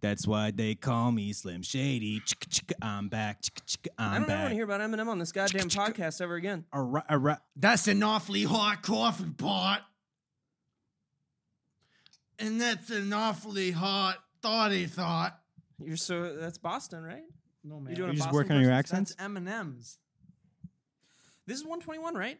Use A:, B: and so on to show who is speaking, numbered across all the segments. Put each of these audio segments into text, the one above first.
A: That's why they call me Slim Shady. Chicka, chicka, I'm back. Chicka, chicka,
B: I
A: I'm
B: don't want
A: back.
B: to hear about Eminem on this goddamn podcast ever again.
A: All right, all right.
C: That's an awfully hot coffee pot. And that's an awfully hot thoughty thought.
B: You're so that's Boston, right?
C: No man.
B: You're doing
A: You
B: a
A: just
B: Boston
A: working on your
B: person?
A: accents?
C: M and M's.
B: This is 121, right?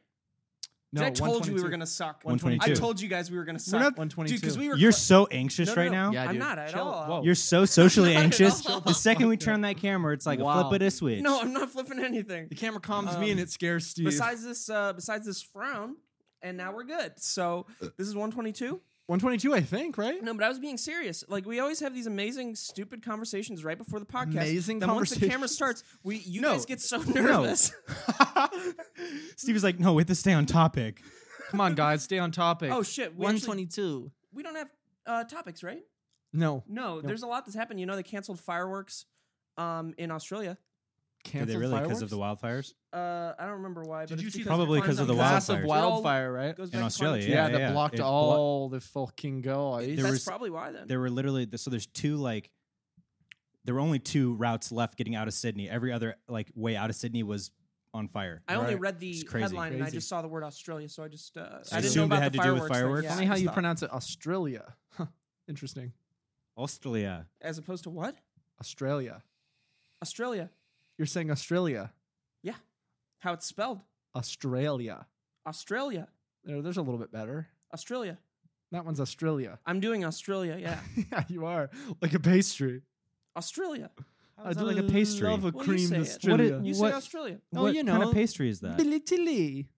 C: No,
B: I told you we were
C: 122.
B: gonna suck.
A: 122.
B: I told you guys we were gonna suck.
A: not-
B: Dude, because we were.
A: You're
B: cl-
A: so anxious
B: No, no,
A: right
B: no.
A: now.
D: Yeah,
B: I'm
D: dude.
B: not at
D: Chill.
B: all.
D: Whoa.
A: You're so socially
B: Not at
A: anxious.
B: all.
A: The second we turn that camera, it's like a
D: Wow.
A: flip it a switch.
B: no, I'm not flipping anything.
C: the camera calms me
B: Um,
C: and it scares Steve.
B: Besides this, uh, besides this frown, and now we're good. So this is 122.
C: 122, I think, right?
B: No, but I was being serious. Like we always have these amazing, stupid conversations right before the podcast.
C: Amazing
B: Then once the camera
C: conversations.
B: starts, we you
A: No.
B: guys get so nervous.
A: Steve is like, no, wait, this stay on topic.
C: Come on, guys, stay on topic.
B: oh shit! We, actually,
D: 122.
B: we don't have uh, topics, right?
C: no,
B: No, there's a lot that's happened. You know, they canceled fireworks um, in Australia.
A: Did
C: canceled
A: they really because of the wildfires?
B: Uh, I don't remember why.
C: Did
B: but
C: you
B: it's
C: see
B: because
A: Probably
B: of climate
A: because of the
B: change.
A: wild-
C: massive
A: wildfires?
C: wildfire, right?
A: In
B: Goes back to climate
A: Australia,
B: change.
C: Yeah,
A: Yeah, yeah.
C: that blocked
A: It blo-
C: all the fucking guys.
A: There
B: That's
A: was-
B: probably why then.
A: There were literally so there's two like there were only two routes left getting out of Sydney. Every other like way out of Sydney was on fire.
B: I only
C: Right.
B: read the
A: It's crazy.
B: headline and I
C: Crazy.
B: just saw the word Australia, so I just uh,
A: So
B: I
A: you
B: didn't know
A: assumed it
B: about
A: had
B: the
A: to do with
B: fireworks. thing.
A: fireworks?
B: Yeah, I
C: Funny how
B: just
C: you
B: thought-
C: pronounce it Australia. Huh, Interesting.
A: Australia.
B: as opposed to what
C: Australia.
B: Australia,
C: You're saying Australia.
B: how it's spelled
C: Australia.
B: Australia,
C: There, there's a little bit better.
B: Australia.
C: That one's Australia.
B: I'm doing Australia, yeah,
C: yeah, you are. Like a pastry.
B: Australia.
A: is that like a pastry?
C: love a
B: Well, you
C: cream
B: say it.
C: Australia.
A: What
B: You
A: What-
B: say Australia.
C: Oh,
A: what
C: you
A: kind
C: know,
A: of pastry is that?
C: Billy Tilly.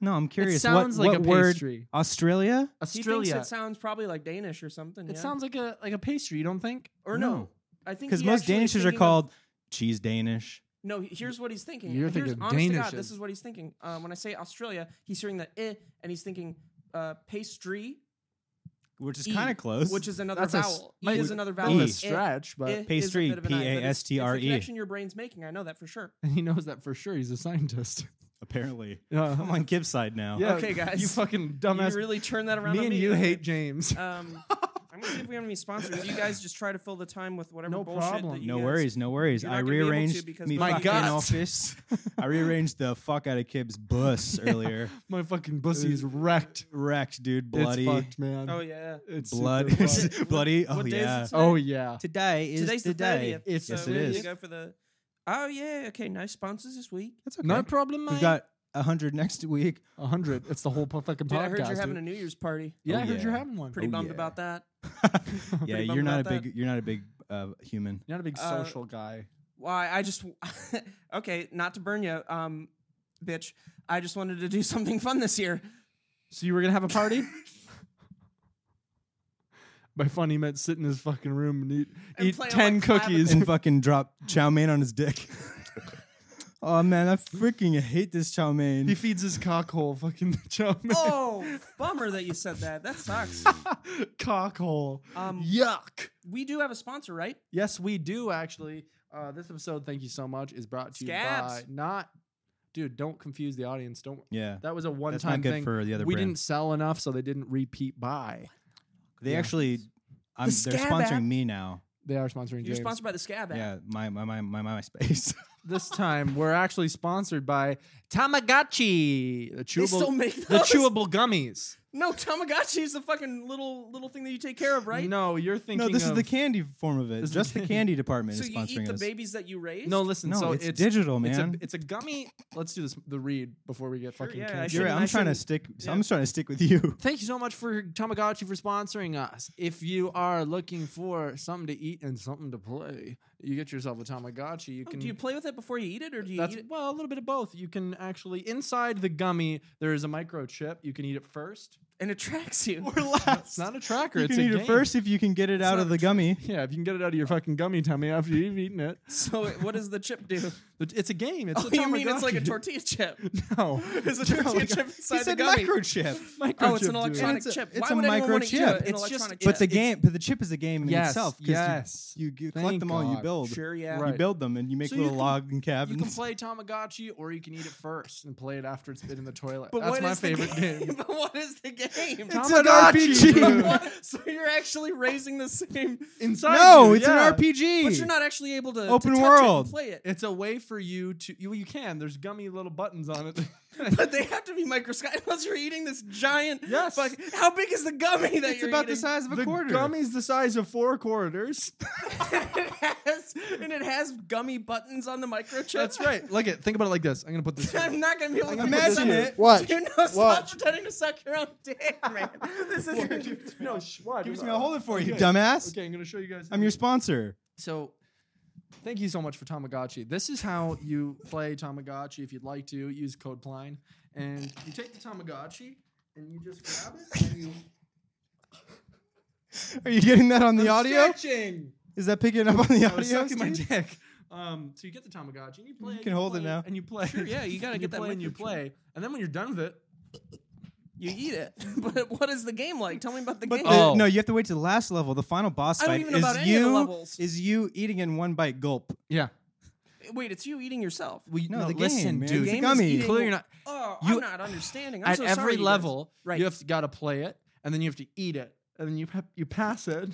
A: No, I'm curious.
C: It sounds
A: what,
C: like
A: what
C: a
A: word?
C: pastry.
A: Australia?
B: He
C: Australia.
B: thinks it sounds probably like Danish or something.
C: it
B: yeah.
C: sounds like a like a pastry. You don't think?
B: or no.
A: No.
B: I think
A: Because
B: he
A: most
B: actually is
A: Danishes are
B: thinking of-
A: called cheese Danish.
B: no, he- here's what he's thinking.
C: You're
B: here's,
C: thinking
B: honest to God,
C: Danishes.
B: this is what he's thinking. Um, when I say Australia, he's hearing the eh, and he's thinking uh, pastry,
A: Which is
B: E,
A: kind of close.
B: which is another
C: That's a s-
B: vowel. E
C: might-
B: is another
C: That
B: vowel.
C: was
A: E.
C: a
B: Eh,
C: stretch, but
B: eh is a
A: Pastry,
B: bit of an I, but it's- it's the
C: E.
A: P-A-S-T-R-E.
B: connection your brain's making. I know that for sure.
C: and he knows that for sure. He's a scientist.
A: apparently.
C: Yeah.
A: I'm on Gibbs' side now.
C: Yeah,
B: Okay, guys.
C: You fucking dumbass.
B: You really turn that around.
C: me
B: on
C: and
B: me.
C: you hate James.
B: Um, I'm gonna see if we have any sponsors. You guys just try to fill the time with whatever
C: No
B: bullshit. that
C: problem.
B: you
A: No
B: guys-
A: worries, no worries.
B: You're not
A: I
B: gonna be able to
A: rearranged
B: because
A: me
B: my
A: fucking
C: God.
A: office. I rearranged the fuck out of Kib's bus earlier.
C: My fucking pussy is wrecked.
A: Wrecked, dude. Bloody.
C: It's fucked, man.
B: Oh yeah.
C: It's
A: blood.
C: super fucked.
A: bloody. Oh,
B: what day is
A: yeah.
B: it
C: oh yeah.
A: Today
B: Today's the thirtieth.
C: It's-
B: so
A: yes, it
B: there
A: is.
B: You go for the. Oh yeah. Okay. No sponsors this week.
A: That's
C: No problem, mate.
A: We've got 100 next week.
C: a hundred. It's the whole po- fucking
B: Dude,
C: podcast.
B: I heard you're having a
C: dude.
B: New Year's party.
C: yeah,
A: Oh,
C: I heard you're
A: yeah.
C: having one.
B: Pretty
A: Oh,
B: bummed
A: yeah.
B: about that.
A: yeah,
B: Pretty bummed
A: you're not a
B: about
A: big
B: that.
A: you're not a big uh, human.
C: You're not a big
B: Uh,
C: social guy.
B: Why? I just. okay. Not to burn you, um, bitch. I just wanted to do something fun this year.
C: So you were gonna have a party? By fun, he meant sit in his fucking room and eat,
B: And
C: eat
B: play on
C: ten
B: my clav-
C: cookies.
A: and fucking drop chow mein on his dick. oh man, I freaking hate this chow mein.
C: he feeds his cock hole fucking the chow mein.
B: Oh, bummer that you said that. That sucks.
C: cock hole.
B: Oh. Um,
C: Yuck.
B: we do have a sponsor, right?
C: Yes, we do actually. Uh, this episode, thank you so much, is brought to you
B: Scabs.
C: by not, dude. Don't confuse the audience. Don't.
A: yeah,
C: That was a one
A: that's not
C: time
A: good
C: thing.
A: for the other
C: we
A: brand.
C: didn't sell enough, so they didn't repeat buy.
A: They
C: Yeah.
A: actually, I'm, they're
B: Scab
A: sponsoring
B: app?
A: me now.
C: They are sponsoring
B: You're
C: James.
B: sponsored by the Scab app.
A: Yeah, my my my my, my space.
C: this time, we're actually sponsored by Tamagotchi, the
B: They
C: chewable,
B: still make
C: the
B: those?
C: chewable gummies.
B: No, Tamagotchi is the fucking little little thing that you take care of, right?
C: No, you're thinking.
A: no, this is
C: of-
A: the candy form of it.
C: This is
A: Just
C: the
A: the candy department
B: So
A: is
B: you eat
A: sponsoring
B: the
A: us.
B: babies that you raise?
C: No, listen.
A: No,
C: so
A: it's,
C: it's,
A: digital,
C: It's
A: man.
C: a, it's a gummy. Let's do this. The read before we get
B: Sure,
C: fucking.
B: yeah, I
C: canceled.
A: You're,
B: shouldn't-
A: I'm trying to
B: shouldn't-
A: stick.
B: yeah.
A: I'm just trying to stick with you.
C: Thank you so much for Tamagotchi for sponsoring us. If you are looking for something to eat and something to play, you get yourself a Tamagotchi. You
B: Oh,
C: can
B: do you play with it before you eat it, or do you
C: that's
B: eat it?
C: well a little bit of both. You can actually inside the gummy there is a microchip. You can eat it first.
B: And it tracks you.
A: We're last.
C: It's not a tracker.
A: you
C: it's
A: can
C: a
A: eat
C: game.
A: it first if you can get it out
B: not
A: of
B: a
A: the gummy.
C: Yeah, if you can get it out of your fucking gummy tummy after you've eaten it,
B: So it- what does the chip do?
C: But it's a game. It's
B: Oh,
C: a
B: you mean it's like a
C: Tamagotchi.
B: tortilla chip?
C: No,
B: It's a tortilla chip
A: He
B: inside the
A: said
B: gummy.
A: microchip.
B: oh, it's an
C: Microchip, dude.
B: electronic
A: It's a-
B: chip.
A: it's
B: Why
A: a
B: would anyone wanna do
A: microchip.
B: it? An
C: It's just-
B: electronic
A: But the
B: chip?
A: game, but the chip is a game in
C: Yes,
A: itself. 'cause you-
C: yes.
A: You, you collect
C: Thank
A: them all. You
C: God.
A: build.
B: Sure, yeah.
C: Right.
A: You build them and you make
C: So you
A: little
C: can-
A: logging
C: You can
A: cabins.
C: play Tamagotchi, or you can eat it first and play it after it's been in the toilet.
B: But
C: That's
B: what
C: my
B: is the
C: favorite game.
B: But what is the game? name.
A: It's
C: Tamagotchi.
A: an RPG.
B: What? so you're actually raising the same,
C: Inside
A: no,
C: you,
A: it's
C: yeah.
A: an RPG.
B: but you're not actually able to to
A: Open
B: touch it and
A: world.
B: play it.
C: It's a way for you to you, you can. There's gummy little buttons on it.
B: But they have to be microscopic unless you're eating this giant.
C: Yes.
B: fuck- how big is the gummy that
A: it's
B: you're
A: about the
B: eating?
A: size of a
C: the
A: quarter.
C: gummy's the size of four quarters.
B: it has, and it has gummy buttons on the microchip.
C: That's right. Look at think about it like this. I'm gonna put this. here.
B: I'm not gonna be able to
C: gonna put this
B: imagine
C: here.
B: it.
E: Watch,
B: You know, stop
E: watch.
B: pretending to suck your own dick, man. This is
C: no, sh- why?
A: Give it to me. I'll hold it for you,
C: Okay.
A: dumbass.
C: Okay, I'm gonna show you guys.
A: I'm your sponsor.
C: So, thank you so much for Tamagotchi. This is how you play Tamagotchi. If you'd like to, use code Pline, E. and you take the Tamagotchi and you just grab it. And you
A: Are you getting that on the
C: I'm
A: audio?
C: Stretching.
A: Is that picking up on the
C: I was
A: audio?
C: sucking my
A: Steve?
C: dick. Um, so you get the Tamagotchi and you play. and
A: can hold it
C: play,
A: now.
C: And you play.
B: Sure, yeah, you gotta
C: and
B: get that
C: play and you
B: microchip.
C: play. And then when you're done with it,
B: you eat it. But what is the game like? Tell me about the
A: But
B: game.
A: the-
C: Oh.
A: no, you have to wait to the last level. The final boss
B: I don't
A: fight
B: even know
A: is
B: about any of
A: you
B: the levels.
A: is you eating in one bite gulp.
C: yeah.
B: Wait, it's you eating yourself.
C: We,
A: No, the game,
C: listen,
A: man.
C: dude.
A: The
B: game
A: gummy.
B: is eating-
C: Clearly, you're not.
B: Oh, I'm
C: You-
B: not understanding. I'm
C: At
B: so sorry,
C: every
B: you guys.
C: level,
B: Right.
C: you have got to play it, and then you have to eat it, and then you pa- you pass it,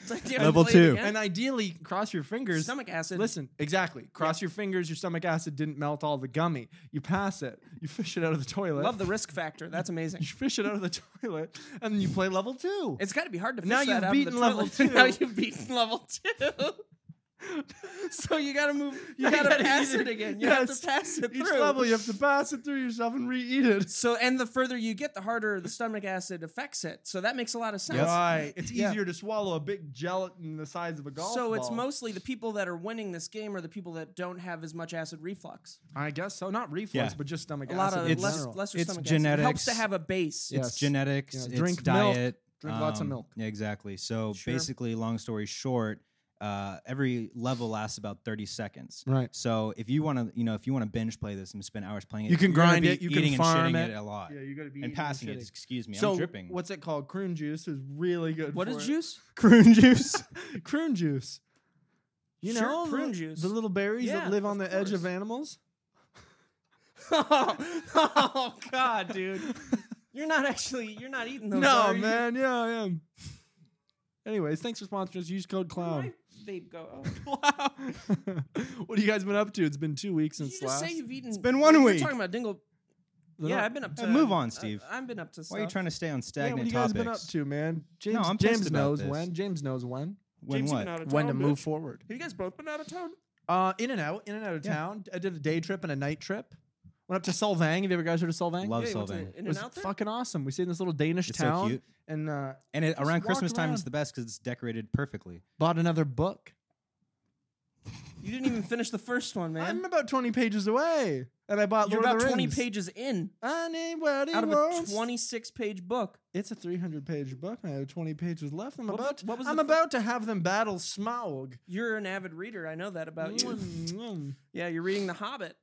B: It's like, yeah,
A: Level
B: play it
A: two.
B: again.
C: and ideally cross your fingers.
B: Stomach acid.
C: Listen, exactly. Cross your fingers. Your stomach acid didn't melt all the gummy. You pass it. You fish it out of the toilet.
B: Love the risk factor. That's amazing.
C: You fish it out of the toilet, and then you play level two.
B: It's got to be hard to fish
C: Now
B: that
C: you've
B: out of
C: beaten
B: the
C: level
B: toilet. now
C: two.
B: you've beaten level two. so you got to move. You
C: You
B: got to
C: gotta
B: pass
C: eat
B: it
C: it.
B: again. You have
C: Yes.
B: to pass it
C: Each
B: through.
C: level, you have to pass it through yourself and re-eat it.
B: so and the further you get, the harder the stomach acid affects it. So that makes a lot of sense.
C: Right. It's
A: Yeah.
C: easier to swallow a big gelatin the size of a golf
B: so it's
C: ball.
B: mostly the people that are winning this game are the people that don't have as much acid reflux.
C: I guess so. Not reflux,
A: Yeah.
C: but just stomach
B: A lot
C: acid
B: of
C: in
A: It's-
B: less,
C: general.
B: lesser
A: it's
B: stomach acid. It helps
A: genetics.
B: to have a base.
C: Yeah.
A: It's
C: Yes.
A: genetics.
C: Yeah,
A: It's
C: drink milk.
A: diet.
C: Drink lots of milk.
A: Yeah, exactly. So
B: Sure.
A: basically, long story short, uh, every level lasts about thirty seconds.
C: Right.
A: So if you want to, you know, if you want to binge play this and spend hours playing it,
C: You can
A: you're gonna
C: grind
A: be
C: it, you can
A: eating
C: farm
A: and shitting
C: it.
A: it. a lot,
C: Yeah, you got to be eating
A: and passing it.
C: shitting.
A: Excuse me,
C: so
A: I'm dripping.
C: what's it called? Croon juice is really good.
B: What
C: for
B: is
C: it.
B: juice?
A: prune juice?
C: Croon juice. You
B: Sure,
C: know,
B: prune
C: the,
B: juice.
C: the little berries
B: Yeah,
C: that live
B: of
C: on the edge
B: course.
C: of animals.
B: oh, oh, God, dude. You're not actually you're not eating those.
C: no,
B: are you?
C: man. Yeah, I am. Anyways, thanks for sponsoring us. Use code
B: My
C: clown.
B: vape go. Oh.
C: Wow. what have you guys been up to? It's been two weeks
B: Did
C: since
B: you just
C: last.
B: say you've eaten? It's
A: been one
B: You're
A: week.
B: talking about dingle.
C: They're
B: yeah,
C: not-
B: I've been up to.
A: Uh, move on, Steve.
B: I, I've been up to. Stuff.
A: Why are you trying to stay on
C: Yeah, what
A: stagnant
C: have you guys
A: topics?
C: been up to, man? James,
A: I'm pissed
C: James
A: about
C: knows
A: this.
C: when. James knows when.
A: When
B: James, you've
A: what?
B: been out of
C: When to
B: town,
C: move
B: bitch.
C: forward.
B: Have you guys both been out of town?
C: Uh, in and out, in and out of
A: Yeah.
C: town. I did a day trip and a night trip. Went up to Solvang. Have you ever guys heard of Solvang?
A: Love
B: you went to
A: Solvang.
B: In
C: it
B: and
C: was
B: out there.
C: fucking awesome. We stayed in this little Danish
A: It's so
C: town
A: cute.
C: and uh,
A: And it, around
C: walk
A: Christmas time, it's
C: around.
A: the best because it's decorated perfectly.
C: bought another book.
B: You didn't even finish the first one, man.
C: I'm about 20 pages away, and I bought
B: You're about
C: Lord of the
B: 20
C: Rings.
B: pages in
C: Anybody
B: out of a
C: wants-
B: 26 page book.
C: It's a 300 page book, and I have 20 pages left. I'm
B: What
C: about.
B: was- what was the
C: I'm
B: fir-
C: about to have them battle Smaug.
B: You're an avid reader. I know that about Uh, you.
C: Mm.
B: Yeah, you're reading The Hobbit.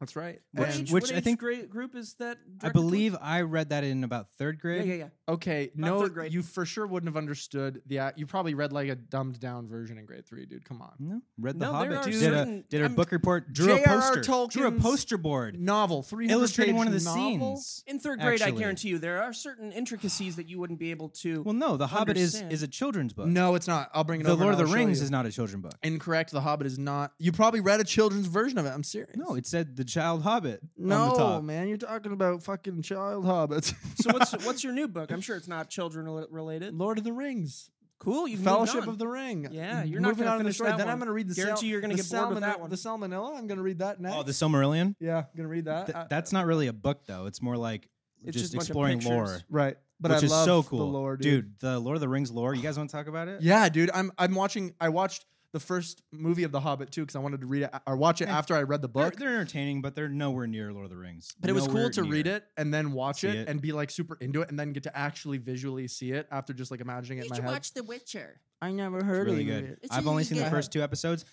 C: That's right.
B: What
A: And-
B: age,
A: which
B: what
A: I
B: age
A: think-
B: gra- group is that?
A: I
B: directed towards?
A: believe I read that in about third
B: Yeah,
A: grade.
B: yeah, yeah.
C: Okay,
B: About
C: no,
B: third grade.
C: you for sure wouldn't have understood the. ac- You probably read like a dumbed down version in grade three, dude. Come on,
A: No, read the
B: No, there
A: Hobbit.
B: are
A: Did a
B: certain-
A: did a
B: I'm-
A: book report. Drew a
C: J.R.R.
A: poster. Drew a
C: Tolkien's-
A: poster board
C: novel three hundred
A: illustrating
C: page
A: one of the
C: novel?
A: scenes.
B: In third grade, I
A: Actually.
B: guarantee you there are certain intricacies that you wouldn't be able to.
A: Well, no, The Hobbit is
B: Understand.
A: is a children's book.
C: No, it's not. I'll bring it
A: The
C: over.
A: Lord of the Rings is not a children's book.
C: incorrect. The Hobbit is not. You probably read a children's version of it. I'm serious.
A: No, it said the child Hobbit on the
C: no,
A: top.
C: man. You're talking about fucking child hobbits.
B: so what's what's your new book? I'm sure it's not children rel- related.
C: Lord of the Rings,
B: Cool, you
C: Fellowship of the Ring.
B: Yeah, you're not
C: Moving
B: gonna
C: on to the
B: finish
C: story.
B: that
C: Then
B: one.
C: I'm going to read the.
B: Guarantee
C: sal-
B: you're gonna
C: the
B: get bored with
C: salmone-
B: that one.
C: The Salmonella. I'm going to read that next.
A: Oh, the Silmarillion.
C: yeah, I'm going to read that.
A: Th-
C: I-
A: that's not really a book though. It's more like
B: It's
A: just
B: just a bunch of
A: exploring
B: pictures.
A: lore,
C: right. But
A: which
C: I
A: is
C: love
A: so cool.
C: the lore,
A: The Lord of the Rings lore. You guys want to talk about it?
C: Yeah, dude. I'm I'm watching. I watched the first movie of The Hobbit too because I wanted to read it or watch it after I read the
A: They're,
C: book.
A: they're entertaining, but they're nowhere near Lord of the Rings.
C: but it was cool
A: Nowhere
C: to read
A: near.
C: it and then watch
A: See
C: it,
A: it.
C: and be like super into it, and then get to actually visually see it after just like imagining it in my head.
B: The Witcher.
C: I never
A: It's
C: heard
A: really good.
B: It's
A: I've only
B: really
A: seen
B: good.
A: the first two episodes.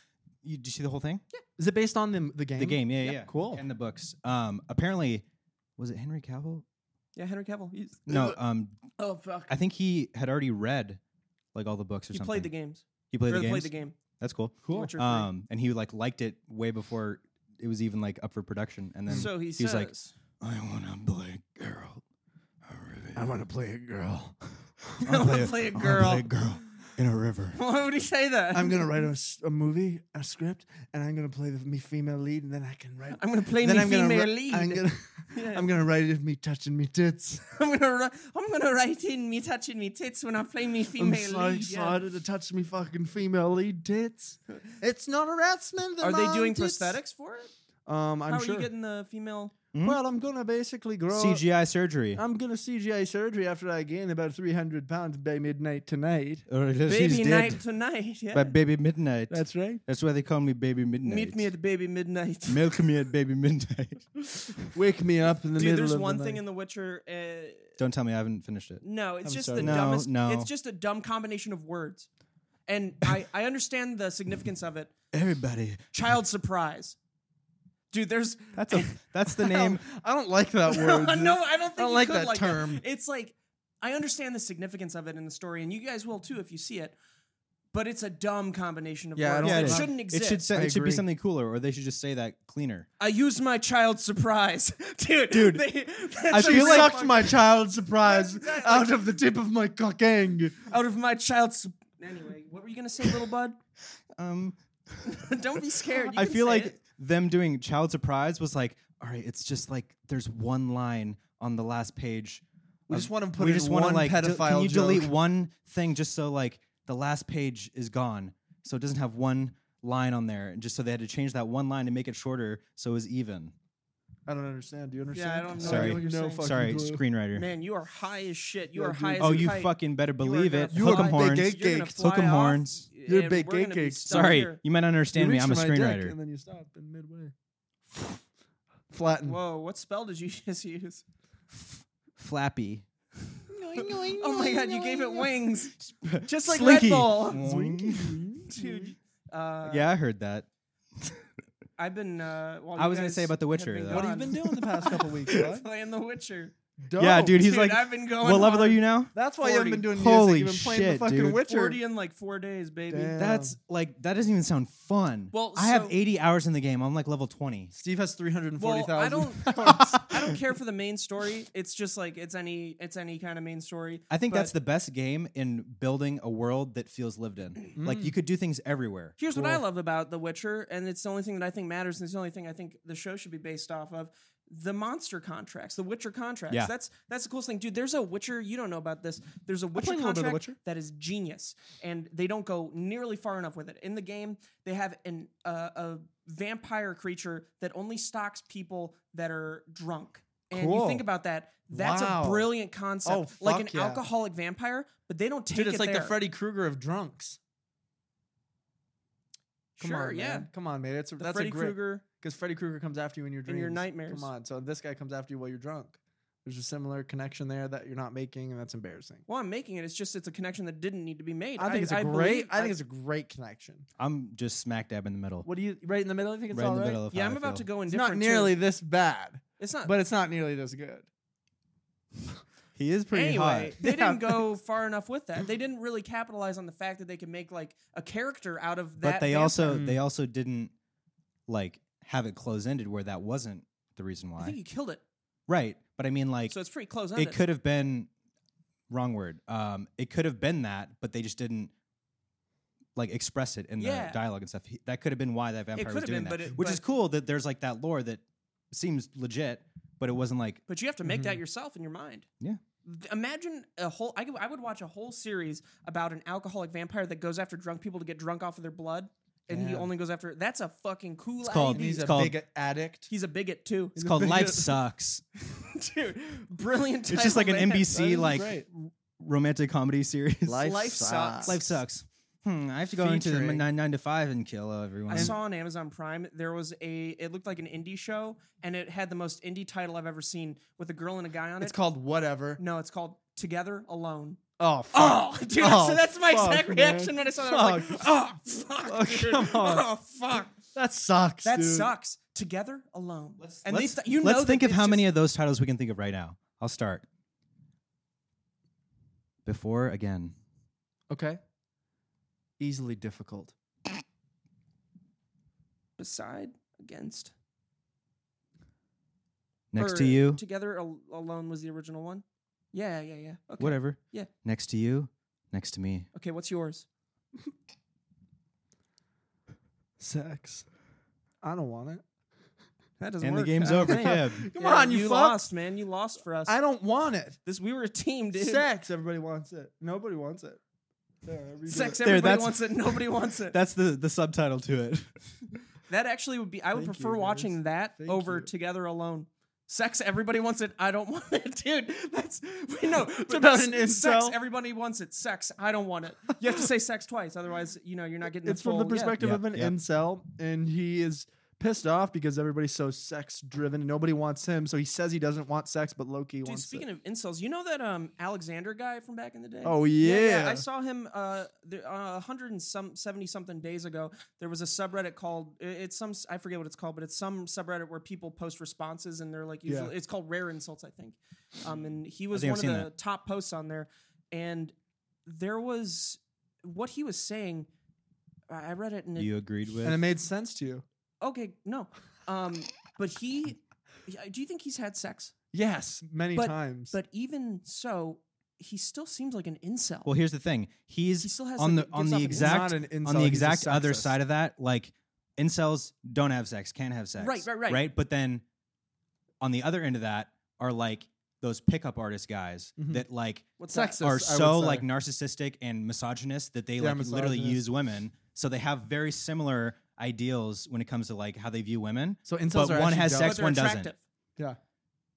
A: You, did you see the whole thing?
C: Is it based on the the game?
A: The game, yeah, yeah, yeah.
C: Cool.
A: And the books. Um, apparently, was it Henry Cavill?
B: Yeah, Henry Cavill. He's,
C: Uh,
A: No, um,
B: Oh fuck.
A: I think he had already read like all the books or
B: He
A: something.
B: played the games.
A: He played
B: Or
A: the,
B: played
A: games?
B: the game.
A: That's cool.
C: Cool.
B: Witcher three.
A: Um, and he like liked it way before it was even like up for production. And then
B: so he
A: he's like,
B: says,
A: I want to play Geralt. of I want to play a girl.
B: I wanna wanna play a- play a I wanna girl. play a
A: girl in a river.
B: Why would he say that?
C: I'm gonna write a, s- a movie, a script, and I'm gonna play the me female lead, and then I can write.
B: I'm gonna play
C: then
B: me
C: I'm
B: female
C: gonna, wri-
B: lead.
C: I'm gonna,
B: Yeah.
C: I'm gonna write it of me touching me tits.
B: I'm gonna ri- I'm gonna write in me touching me tits when I play me
C: I'm
B: female
C: so
B: lead. yeah.
C: excited to touch me fucking female lead tits. It's not harassment. they're
B: Are they
C: my
B: doing
C: own tits.
B: prosthetics for it?
C: Um, I'm
B: How
C: sure.
B: are you getting the female?
A: Hmm?
C: Well, I'm gonna basically grow.
A: CGI surgery.
B: Uh,
C: I'm gonna CGI surgery after I gain about 300 pounds by midnight tonight.
A: Or at least
B: Baby
A: he's
B: night
A: dead.
B: tonight. Yeah.
A: By baby midnight. That's,
C: That's right.
A: why they call me baby midnight.
B: Meet me at baby midnight.
A: Milk me at baby midnight.
C: Wake me up in the middle
B: Dude, there's
C: of
B: one
C: the
B: thing
C: night.
B: in The Witcher. Uh,
A: Don't tell me I haven't finished it.
B: no, it's
C: I'm
B: just
C: sorry.
B: the
A: No,
B: dumbest.
A: no.
B: It's just a dumb combination of words, and I I understand the significance of it.
A: Everybody.
B: Child surprise, dude. There's
A: That's a that's the
C: Um,
A: name.
C: I don't like that word.
B: no, I don't think
C: I don't
B: you
C: like
B: could
C: that term.
B: It's like I understand the significance of it in the story, and you guys will too if you see it. But it's a dumb combination of
C: Yeah, I
B: words.
C: don't
A: Yeah,
B: it
A: it-
B: shouldn't
A: It
B: exist.
A: should say,
C: I
A: it should be
C: agree.
A: something cooler, or they should just say that cleaner.
B: I used my child surprise, dude.
A: Dude,
B: they,
A: I
B: that's
A: feel
C: You
A: like-
C: sucked my child surprise
B: That's exactly-
C: out of the tip of my cockang.
B: out of my child. Su- anyway, what were you gonna say, little bud?
A: Um,
B: don't be scared. You
A: I
B: can
A: feel
B: say
A: like
B: it.
A: them doing Child Surprise was like, all right, it's just like there's one line on the last page.
C: We
A: of-
C: just wanna put
A: we
C: in
A: just wanna,
C: one
A: like, del- Can
C: pedophile
A: you delete
C: joke.
A: one thing just so like the last page is gone, so it doesn't have one line on there, and just so they had to change that one line to make it shorter so it was even.
C: I don't understand. Do you understand?
B: I don't know
A: Sorry.
C: No
A: what
B: you're saying.
C: fucking
A: Sorry,
C: clue.
A: screenwriter.
B: man, you are high as shit. You
C: Yeah,
B: are high
C: dude.
B: as
A: oh,
B: a
A: you
B: kite.
A: fucking better
B: You are
A: believe
B: gonna
A: it.
C: You
A: Hook
C: are
A: 'em
C: a big
A: horns.
C: gate-
B: You're gonna
C: Cakes.
B: fly
A: Hook 'em
B: off,
A: horns.
C: You're a
B: and
C: big
B: we're gonna
C: gay
B: be
C: cakes.
B: stuck
A: Sorry,
B: here.
A: you might not
C: You
A: understand me.
C: reach
A: I'm a
C: for my dick,
A: screenwriter.
C: and then you stop in midway. Flatten.
B: Whoa, what spell did you just use?
A: Flappy.
B: Oh my god, you gave it wings. Just like
A: Slinky.
B: Red Bull.
A: Boing.
B: Dude. Uh,
A: yeah, I heard that.
B: I've been. Uh, while
A: I
B: you
A: was gonna
B: guys
A: say about The
B: have
A: Witcher,
B: been
A: though.
C: What have
B: gone,
C: you been doing the past couple weeks? Right?
B: Playing The Witcher.
A: Yeah, dude, he's
B: Dude,
A: like,
B: I've been going.
A: what level are
B: hard.
A: you now?
C: That's why you haven't
B: 40.
C: been doing music.
A: Holy
C: You've been playing
A: shit,
C: the fucking
A: dude.
C: Witcher.
B: Forty in like four days, baby.
C: Damn.
A: That's like that doesn't even sound fun.
B: Well,
A: I have
B: so-
A: 80 hours in the game. I'm like level 20.
C: Steve has three hundred and forty
B: Well, I
C: thousand.
B: don't. I don't care for the main story. It's just like it's any it's any kind of main story.
A: I think
B: But-
A: that's the best game in building a world that feels lived in.
B: Mm.
A: Like you could do things everywhere.
B: Here's what I love about The Witcher, and it's the only thing that I think matters, and it's the only thing I think the show should be based off of. The monster contracts, the Witcher contracts.
A: Yeah.
B: That's that's the coolest thing, dude. There's a Witcher. You don't know about this. There's a Witcher
C: played a little
B: contract
C: bit of The
B: that is genius, and they don't go nearly far enough with it. In the game, they have an uh, a vampire creature that only stalks people that are drunk. And you
C: Cool.
B: think about that. That's
C: Wow.
B: a brilliant concept,
C: Oh,
B: like
C: fuck
B: an
C: yeah.
B: alcoholic vampire, but they don't take
C: Dude,
B: it
C: it's like
B: there.
C: the Freddy Krueger of drunks. Come
B: sure,
C: on,
B: yeah.
C: man. Come on, man. It's a,
B: The
C: that's
B: Freddy
C: a great
B: Krueger.
C: because Freddy Krueger comes after you in your
B: In
C: dreams,
B: your nightmares.
C: Come on, so this guy comes after you while you're drunk. There's a similar connection there that you're not making, and that's embarrassing.
B: Well, I'm making it. It's just it's a connection that didn't need to be made.
C: I think it's a great.
B: believe-
C: I think it's a great connection.
A: I'm just smack dab in the middle.
C: What do you right in the middle? I think it's
A: Right in
C: all
A: the
C: right.
A: middle of
B: yeah.
A: how
B: I'm
A: I
B: about to
A: feel.
B: go in
C: It's
B: different.
C: not nearly
B: too.
C: this bad,
B: It's not.
C: but it's not nearly this good.
A: He is pretty
B: anyway,
A: hot.
B: they
C: Yeah.
B: didn't go far enough with that. They didn't really capitalize on the fact that they could make like a character out of that.
A: But they
B: vampire.
A: also
C: Mm.
A: they also didn't like have it close ended where that wasn't the reason
B: I
A: why.
B: think you killed it.
A: right. But I mean like
B: So it's pretty close ended.
A: it could have been wrong word. Um it could have been that, but they just didn't like express it in
B: Yeah.
A: the dialogue and stuff. He- that could have been why that vampire
B: could
A: was
B: have
A: doing that.
B: been, but it-
A: which
B: but-
A: is cool that there's like that lore that seems legit, but it wasn't like
B: But you have to make
C: Mm-hmm.
B: that yourself in your mind.
A: Yeah.
B: Th- Imagine a whole. I, could, I would watch a whole series about an alcoholic vampire that goes after drunk people to get drunk off of their blood, and he
C: Damn.
B: only goes after. That's a fucking cool
A: It's called-
C: And
B: idea.
C: he's
A: It's
C: a
A: called-
C: big addict.
B: He's a bigot too.
A: it's called
C: big-
A: Life Sucks.
B: Dude, brilliant.
A: It's just like
B: title,
A: an
B: man.
A: NBC
C: That
A: like
C: is great.
A: r- romantic comedy series.
B: Life sucks.
A: Life sucks. Hmm, I have to go into the
C: Featuring-
A: nine, nine to five and kill everyone.
B: I saw on Amazon Prime there was a it looked like an indie show and it had the most indie title I've ever seen with a girl and a guy on
C: It's
B: it.
C: called whatever.
B: no, it's called Together Alone.
C: Oh, fuck.
B: Oh, dude!
C: Oh,
B: so that's my
C: fuck,
B: exact
C: man.
B: reaction when I saw that. I was like,
C: Fuck.
B: "Oh, fuck!
C: Oh,
B: dude.
C: come on.
B: Oh, fuck!
C: that sucks.
B: That
C: dude.
B: sucks." Together alone,
C: Let's-
B: and
A: Let's,
B: they th- you know
A: let's
B: that
A: think of
B: it's
A: how
B: just-
A: many of those titles we can think of right now. I'll start. Before again.
C: Okay. Easily difficult.
B: beside against
A: Next
B: or
A: to you.
B: Together Al- alone was the original one. Yeah, yeah, yeah. Okay.
A: Whatever.
B: Yeah.
A: Next to you, next to me.
B: Okay, what's yours?
C: Sex. I don't want it.
B: That doesn't
A: And the
B: work. Ah,
A: game's
B: I don't
A: over,
B: think.
A: Kib.
C: Come
B: Yeah,
C: on, you, fuck.
B: lost, man. You lost for us.
C: I don't want it.
B: this we were a team, dude.
C: Sex. Everybody wants it. Nobody wants it. There, I redo
B: Sex.
C: that.
A: There,
B: Everybody
A: that's-
B: wants it. Nobody wants it.
A: That's the, the subtitle to it.
B: That actually would be. I would
C: Thank you,
B: prefer
C: guys.
B: watching that
C: Thank
B: over
C: you.
B: Together Alone. Sex, everybody wants it. I don't want it, dude. That's we know.
C: Without an
B: sex,
C: incel.
B: everybody wants it. Sex, I don't want it. You have to say sex twice, otherwise, you know, you're not getting.
C: It's
B: the full,
C: from the
B: yeah.
C: perspective
A: Yeah,
C: of an
A: yeah.
C: incel, and he is pissed off because everybody's so sex driven and nobody wants him. So he says he doesn't want sex, but Loki
B: Dude,
C: wants
B: speaking
C: it.
B: of incels, you know that um Alexander guy from back in the day?
C: oh
B: Yeah,
C: yeah,
B: yeah, I saw him uh, there, uh, 100 and some 70 something days ago. There was a subreddit called i- it's some I forget what it's called, but it's some subreddit where people post responses and they're like usually it's called rare insults, I think. Um, and he was
A: think I've
B: one of the
A: seen
B: top posts on there, and there was what he was saying. I I read it and it,
A: You agreed with?
C: and it made sense to you.
B: okay, no, um, but he. yeah, Do you think he's had sex?
C: Yes, many
B: But-
C: times.
B: But even so, he still seems like an incel.
A: well, here's the thing. He's
B: he still has
A: on
B: like,
A: the- on
B: gives
A: the exact-
B: off an
C: He's not an
A: on
C: incel,
A: the
C: he's a
A: exact other
C: sexist.
A: side of that, like incels don't have sex, can't have sex.
B: Right, right, right.
A: Right. But then on the other end of that are like those pickup artist guys
B: Mm-hmm.
C: Mhm.
A: that like
B: What's
F: Sex Sexist,
B: that?
F: I
A: are
F: would
A: so
C: say.
A: like narcissistic and misogynist that they
C: They're
A: like literally
C: misogynist.
A: use women. So they have very similar ideals when it comes to like how they view women.
C: So incels
A: but
C: are
A: one
C: actually
A: has
C: dumb.
A: sex,
B: But they're
A: one doesn't.
B: attractive.
C: Yeah,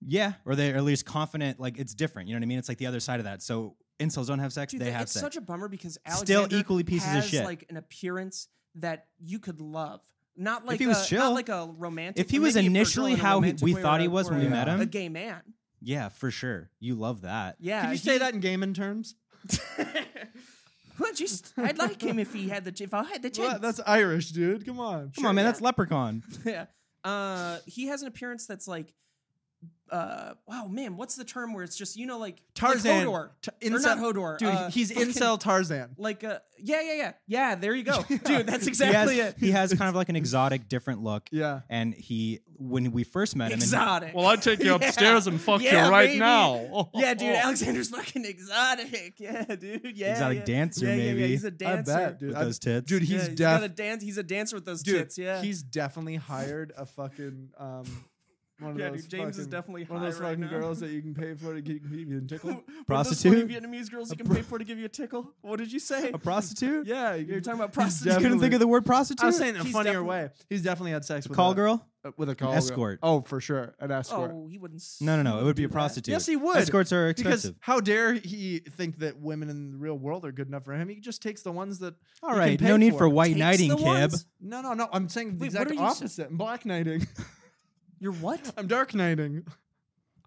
A: Yeah. Or they're at least confident, like it's different. You know what I mean? It's like the other side of that. So incels don't have sex,
B: Dude,
A: they
B: that-
A: have
B: it's
A: sex.
B: such a bummer because
A: Still
B: Alexander
A: equally pieces of
B: has,
A: shit.
B: like an appearance that you could love. Not like
A: he
B: a,
A: was
B: not
A: chill.
B: like a romantic.
A: If he was
B: maybe for a girl
A: initially
B: in a
A: how he-
B: romantic
A: we
B: way or
A: thought he
B: a-
A: was
B: or
A: when
C: we
B: a-
C: met
A: him.
B: a gay man.
A: yeah, for sure. You love that.
B: Yeah,
C: Can you
B: he-
C: say that in gaming terms?
B: Well, just I'd like him if he had the ch- if I had the chance.
C: What? That's Irish, dude. Come on.
A: Come on, man. That's leprechaun.
B: yeah. Uh, he has an appearance that's like, uh, wow, man, what's the term where it's just you know like like
C: Tarzan.
B: Hodor,
C: T-
B: or
C: incel-
B: not Hodor,
C: Dude,
B: uh,
C: he's
B: fucking-
C: incel Tarzan.
B: Like, uh, yeah, yeah, yeah, yeah. There you go, dude. That's
A: he has,
B: exactly it.
A: he has kind of like an exotic, different look.
C: Yeah.
A: And he, when we first met him, and he-
B: Exotic.
F: I'd take
B: you upstairs and fuck you Yeah, right baby. now. yeah,
G: Oh.
B: dude,
F: Alex.
B: Alexander's fucking exotic. Yeah, dude. Yeah,
A: Exotic
B: yeah.
A: dancer,
B: Yeah, yeah, yeah,
A: maybe.
B: He's a
C: I
B: dancer.
C: bet, dude.
A: with
C: I-
A: those tits.
C: dude,
B: Yeah,
C: he's
B: he's got
C: deaf.
B: a dance. He's a dancer with those
C: Dude,
B: tits. Yeah,
C: He's definitely hired a fucking um one of
B: yeah,
C: those
B: dude. James is
C: fucking-
B: definitely
C: one of those
B: high right
C: fucking
B: now.
C: girls that you can pay for to get you can tickle.
B: Were those
A: Prostitute?
B: funny Vietnamese girls you can pay for to give you a tickle. What did you say? Oh,
A: a prostitute?
C: yeah,
B: You're talking about
A: You
B: prostitute.
C: def-
A: couldn't think
C: Definitely.
A: of the word prostitute?
C: I was saying in a
B: He's
C: funnier
B: definitely-
C: way. He's definitely had sex with
A: Call
C: a,
A: girl?
C: uh, with a call girl.
A: Escort.
C: Oh, for sure, an escort.
B: Oh, he wouldn't. s-
A: No, no, no. It would be a
B: do that.
A: prostitute.
C: Yes, he would.
A: Escorts are
C: because
A: expensive.
C: how dare he think that women in the real world are good enough for him? He just takes the ones that.
A: All
C: can
A: right.
C: pay
A: No need
C: for
A: for
C: it.
A: white
B: Takes
A: knighting,
B: the
A: Kib.
B: ones.
C: No, no, no. I'm saying the
B: Wait, what
C: exact
B: are you s-
C: opposite. I'm black knighting.
B: You're what?
C: I'm dark knighting.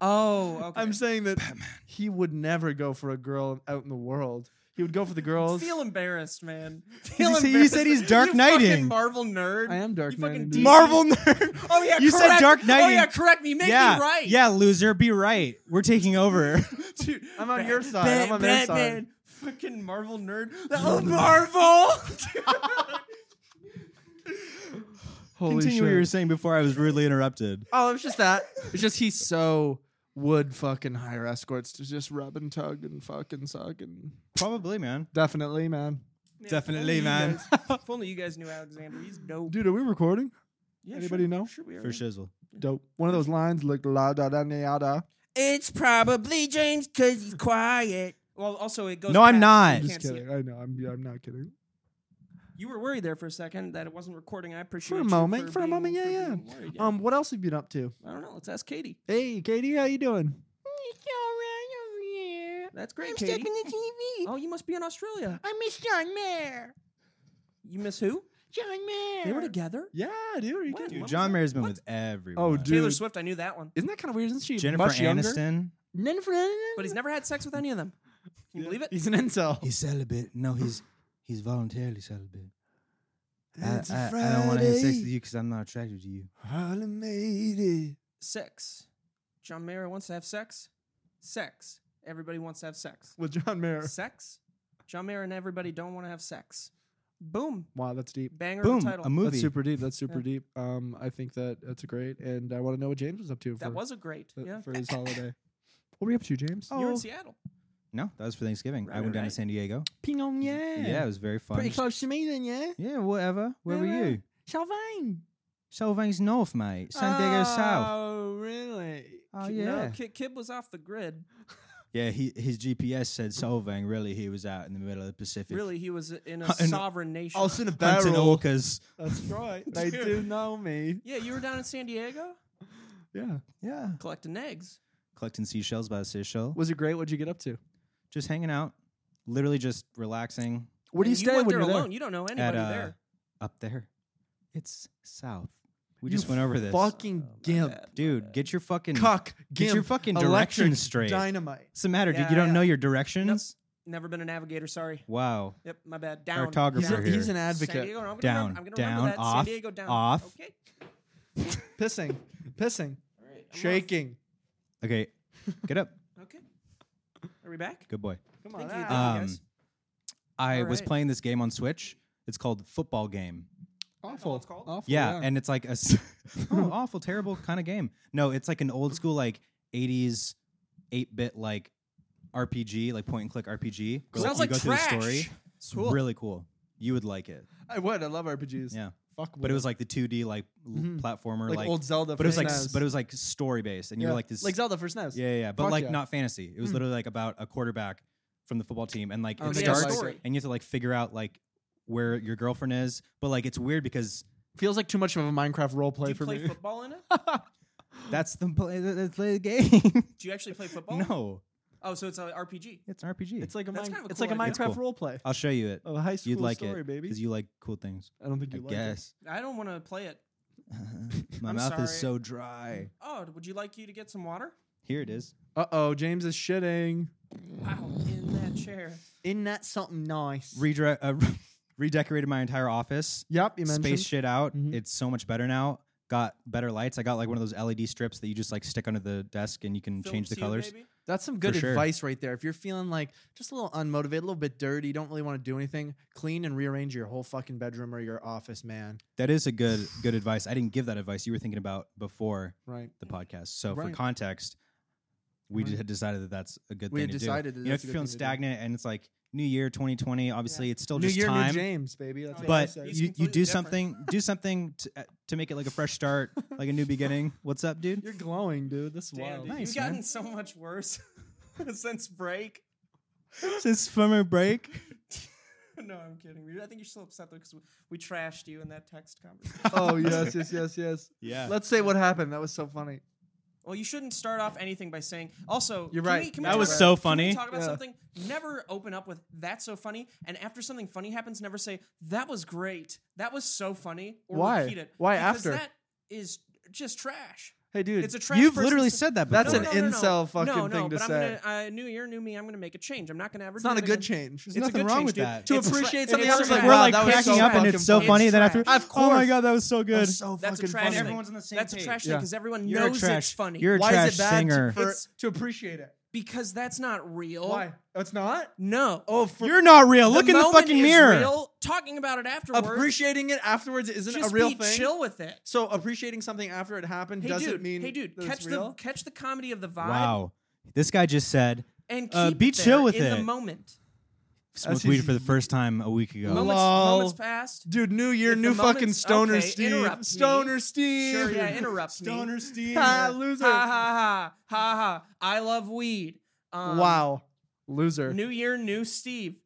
B: Oh, okay.
C: I'm saying that he would never go for a girl out in the world. He would go for the girls.
B: Feel embarrassed, man. Feel
A: said- you
B: embarrassed.
A: said he's Dark
B: you
A: Knighting.
B: Fucking Marvel nerd.
C: I am Dark
B: You fucking DC
C: Knighting, dude.
A: Marvel nerd.
B: Oh yeah,
A: You said
B: correct.
A: Dark
B: Oh yeah,
A: Knighting.
B: correct me. Make
A: yeah.
B: me right.
A: Yeah, loser. Be right. We're taking over.
B: Dude,
C: I'm on
B: Bat-
C: your side.
B: Bat-
C: I'm on their side.
B: Batman. Fucking Marvel nerd. Oh, Marvel.
C: Holy
A: Continue what you were saying before I was rudely interrupted.
C: Oh, it's just that. It's just he's so would fucking hire escorts to just rub and tug and fucking suck and
A: Probably, man.
C: definitely, man.
A: Definitely,
B: if only you
A: man.
B: guys- if only you guys knew Alexander. He's dope.
C: Dude, are we recording?
B: Yeah,
C: anybody
B: sure,
C: know?
B: Sure we are.
A: For shizzle.
C: Dope. One of those lines looked la da da da da.
B: It's probably James because he's quiet. Well, also it goes.
A: No, I'm
B: past,
A: not.
B: You,
C: Just
B: can't see it.
C: kidding. I know. I'm. I'm not kidding.
B: you were worried there for a second that it wasn't recording. I appreciate
C: a
B: you
C: moment,
B: For,
C: for a
B: being-
C: moment, yeah,
B: for
C: yeah.
B: being worried,
C: Um, what else have you been up to?
B: I don't know. Let's ask Katie.
C: Hey, Katie, how you doing?
D: It's all right over here.
B: That's great,
D: I'm
B: Katie.
D: stuck in the TV.
B: Oh, you must be in Australia.
D: I miss John Mayer.
B: You miss who?
D: John Mayer.
B: They were together.
C: Yeah, dude. Are
B: When?
C: you kidding?
B: What was
A: John
B: that?
A: Mayer's been
B: What?
A: with everyone.
C: Oh, dude.
B: Taylor Swift. I knew that one,
C: Isn't that kind of weird? Isn't she
A: Jennifer
C: much younger?
A: Aniston.
C: Jennifer Aniston.
B: but he's never had sex with any of them. Can you believe it?
C: He's an incel.
A: He's celibate. No, he's he's voluntarily celibate. I,
C: It's a
A: I, I don't want to have sex
C: Friday.
A: with you because I'm not attracted to you.
C: Harley made it.
B: Sex. John Mayer wants to have sex. Sex. Everybody wants to have sex.
C: With John Mayer.
B: Sex. John Mayer and everybody don't want to have sex. Boom.
C: Wow, that's deep.
B: Banger of a
A: Boom,
B: title.
A: a movie.
C: That's super deep. That's super
B: Yeah.
C: deep. Um, I think that that's great, and I want to know what James was up to.
B: that
C: for,
B: was a great.
C: uh,
B: yeah.
C: for oh, his holiday. What were you up to, James?
B: You were in Seattle.
A: No, that was for Thanksgiving. I
B: Right,
A: went down
B: right.
A: to San Diego.
C: Pignon,
A: Yeah, it was very fun.
C: Pretty close to me then, yeah.
A: Yeah, whatever. Where
C: Yeah,
A: were
C: right.
A: you?
C: Sylvain.
A: Solvang's North, mate. San Diego South.
C: Oh, really?
A: Oh
B: Ki- no,
A: yeah.
B: Ki- Kib was off the grid.
A: Yeah, he, his GPS said Solvang. Really, he was out in the middle of the Pacific.
B: Really, he was in a
A: Hunting-
B: sovereign nation.
C: in a
A: hunting orcas.
C: That's right. They
B: Dude.
C: do know me.
B: yeah, you were down in San Diego
C: Yeah.
A: Yeah,
B: collecting eggs.
A: collecting seashells by the seashell.
C: Was it great? What'd you get up to?
A: Just hanging out, literally just relaxing
C: Where do you
B: And
C: stay
B: went
C: when
B: there
C: you're
B: alone.
C: there?
B: You don't know
A: at
B: anybody
A: uh,
B: there.
A: up there. It's south. We
C: You
A: just went over this,
C: Fucking gimp.
A: dude. Get your fucking
C: Cuck.
A: get
C: Gimp.
A: your fucking
C: electric
A: directions straight.
C: Dynamite.
A: What's the matter, dude?
B: Yeah,
A: You don't
B: yeah.
A: know your directions?
B: Never been a navigator. Sorry.
A: Wow.
B: Yep, my bad. Down.
A: Cartographer
C: He's,
B: down.
A: Over
C: a, he's
A: here.
C: an
B: San
C: advocate.
B: Diego, I'm gonna
A: Down,
B: remember- I'm gonna remember
A: down,
B: that. San
A: off,
B: Diego, down.
A: off.
B: Okay.
C: Pissing. Pissing.
B: All right, I'm off.
C: Shaking.
A: Okay, get up.
B: Okay. Are we back?
A: Good boy.
C: Come
B: Thank
C: on.
B: you.
C: out.
B: Thank you
A: Um,
B: guys.
A: I
B: All
A: was
B: right.
A: playing this game on Switch. It's called Football Game.
C: Awful.
B: it's called?
C: Awful.
A: Yeah, and it's like a s- oh, awful, terrible kind of game. No, it's like an old school like '80s eight-bit like RPG, like point-and-click RPG. where,
B: Sounds
A: you
B: like
A: go
B: trash.
A: through the story. It's
C: Cool.
A: really cool. You would like it.
C: I would. I love RPGs.
A: Yeah,
C: Fuck.
A: but it was like the 2D like l-
C: Mhm.
A: platformer,
C: like,
A: like,
C: old Zelda.
A: but it was
C: for
A: like
C: SNES.
A: s- but it was like story-based, and you
C: Yeah.
A: were like this
C: like Zelda for E SNES.
A: Yeah, yeah, yeah. But
C: Fuck
A: like
C: yeah.
A: not fantasy. It was
C: Mm.
A: literally like about a quarterback from the football team, and like
C: Oh,
A: it
C: they
B: yeah,
C: got
A: starts,
B: story.
A: and you have to like figure out like where your girlfriend is. But like it's weird because
C: Feels like too much of a Minecraft role
B: Do
C: play
B: you
C: for
B: play
C: me.
B: football in it?
A: that's the play, that's the game.
B: Do you actually play football?
A: no,
B: Oh, so it's an RPG.
A: it's an RPG.
C: It's like a
B: That's
C: mine,
B: kind of a
C: it's like a
B: cool idea.
A: It's
C: Minecraft
A: cool.
C: role play
A: I'll show you it
C: of a high school
A: You'd like
C: story,
A: it
C: baby.
A: because you like cool things.
C: I don't think
A: I
C: you like it.
A: guess
B: I don't want to play it.
A: my
B: I'm
A: mouth is
B: sorry.
A: so dry.
B: Oh, would you like you to get some water?
A: Here it is.
C: Uh oh, James is shitting.
B: Wow, in that chair.
C: Isn't that something nice?
A: Redre- uh, redecorated my entire office.
C: yep, you mentioned.
A: Space shit out.
C: Mhm.
A: It's so much better now. Got better lights. I got like one of those LED strips that you just like stick under the desk and you can
B: Film
A: change the
B: too,
A: colors.
B: baby?
C: That's some good
A: sure.
C: advice right there. If you're feeling like just a little unmotivated, a little bit dirty, don't really want to do anything, clean and rearrange your whole fucking bedroom or your office, man.
A: That is a good good advice. I didn't give that advice you were thinking about before
C: Right.
A: the podcast. So for
C: Mm. Right.
A: context, we
C: Right.
A: just had decided that that's a good
C: We
A: thing
C: had
A: to
C: decided
A: do.
C: that
A: You know,
C: that's
A: if you're
C: a good
A: feeling
C: thing to do.
A: stagnant and it's like New Year 2020, obviously it's still
C: New
A: just
C: year,
A: time.
C: new James, baby. That's what I
A: But
C: said.
B: He's
A: you, you
B: completely
A: do
B: different.
A: something do something to, uh, to make it like a fresh start, like a new beginning. What's up, dude?
C: you're glowing, dude. This is
B: Damn,
C: wild.
B: dude,
A: Nice,
B: you've gotten
A: man.
B: so much worse since break.
A: Since summer break,
B: no, I'm kidding. I think you're still upset though because we, we trashed you in that text conversation.
C: oh yes, yes, yes, yes.
A: yeah.
C: Let's say what happened. That was so funny.
B: well, you shouldn't start off anything by saying. Also,
C: You're
B: can
C: right.
B: we- can we
A: That
B: talk
A: was
B: about-
A: so
B: can we
A: funny.
B: talk about
C: Yeah.
B: something. Never open up with "That's so funny," and after something funny happens, never say "That was great." That was so funny. Or
C: Why?
B: Repeat it.
C: Why
B: because
C: after?
B: That is just trash.
C: Hey dude,
B: It's a trash.
A: You've
B: person's-
A: literally said that before.
C: That's an incel fucking
B: no, no,
C: thing to
B: but I'm
C: say.
B: Gonna, uh, new year, new me. I'm gonna make a change. I'm not gonna ever.
C: it's
B: do
C: not a
B: it
C: good
B: again.
C: change.
B: It's
A: There's
B: a
A: nothing
B: good
A: wrong
B: change,
A: with
B: dude.
A: that.
C: to
B: It's tra-
C: appreciate
B: it's
C: something
B: a
C: else.
B: trash-
C: Like,
A: we're
C: wow,
A: like
C: that was
A: cracking
C: so
A: up and it's
C: fucking
A: so
B: funny.
A: funny.
B: It's
A: Then after,
B: trash.
C: Of
A: oh my
C: course.
A: god, that was so good.
C: That's so
B: That's a
C: fucking
B: trash
C: funny.
B: thing.
A: Everyone's on the same
B: That's a
A: page.
B: trash
C: Yeah.
B: thing because everyone
A: You're a
B: knows it's
A: trash-
B: funny.
A: you're a
C: Why
A: trash
C: is it bad
A: singer.
C: To, for,
B: It's-
C: to appreciate it?
B: because that's not real.
C: Why? It's not.
B: No.
C: Oh, for
A: You're not real. Look in the
B: moment
A: fucking
B: is
A: mirror.
B: Real. Talking about it afterwards.
C: appreciating it afterwards isn't
B: just
C: a real
B: be
C: thing.
B: chill with it.
C: So appreciating something after it happened
B: Hey
C: doesn't
B: dude,
C: mean
B: hey dude,
C: that
B: catch
C: it's
B: the
C: real.
B: catch the comedy of the vibe
A: Wow. This guy just said
B: and keep
A: Uh, be
B: there
A: chill with
B: in the
A: it.
B: moment.
A: smoked
C: That's
A: weed
C: just-
A: for the first time a week ago.
B: Moments,
C: Lol.
B: moments past.
C: Dude, new year,
B: If
C: new
B: the
C: fucking
B: moment's-
C: stoner
B: okay, interrupt me.
C: Steve. Stoner Steve.
B: Sure, yeah, interrupt me.
A: Stoner Steve.
C: Ha,
B: Ha
C: loser.
B: ha ha ha ha. I love weed. Um,
C: wow. Loser. New-,
B: New year, new Steve.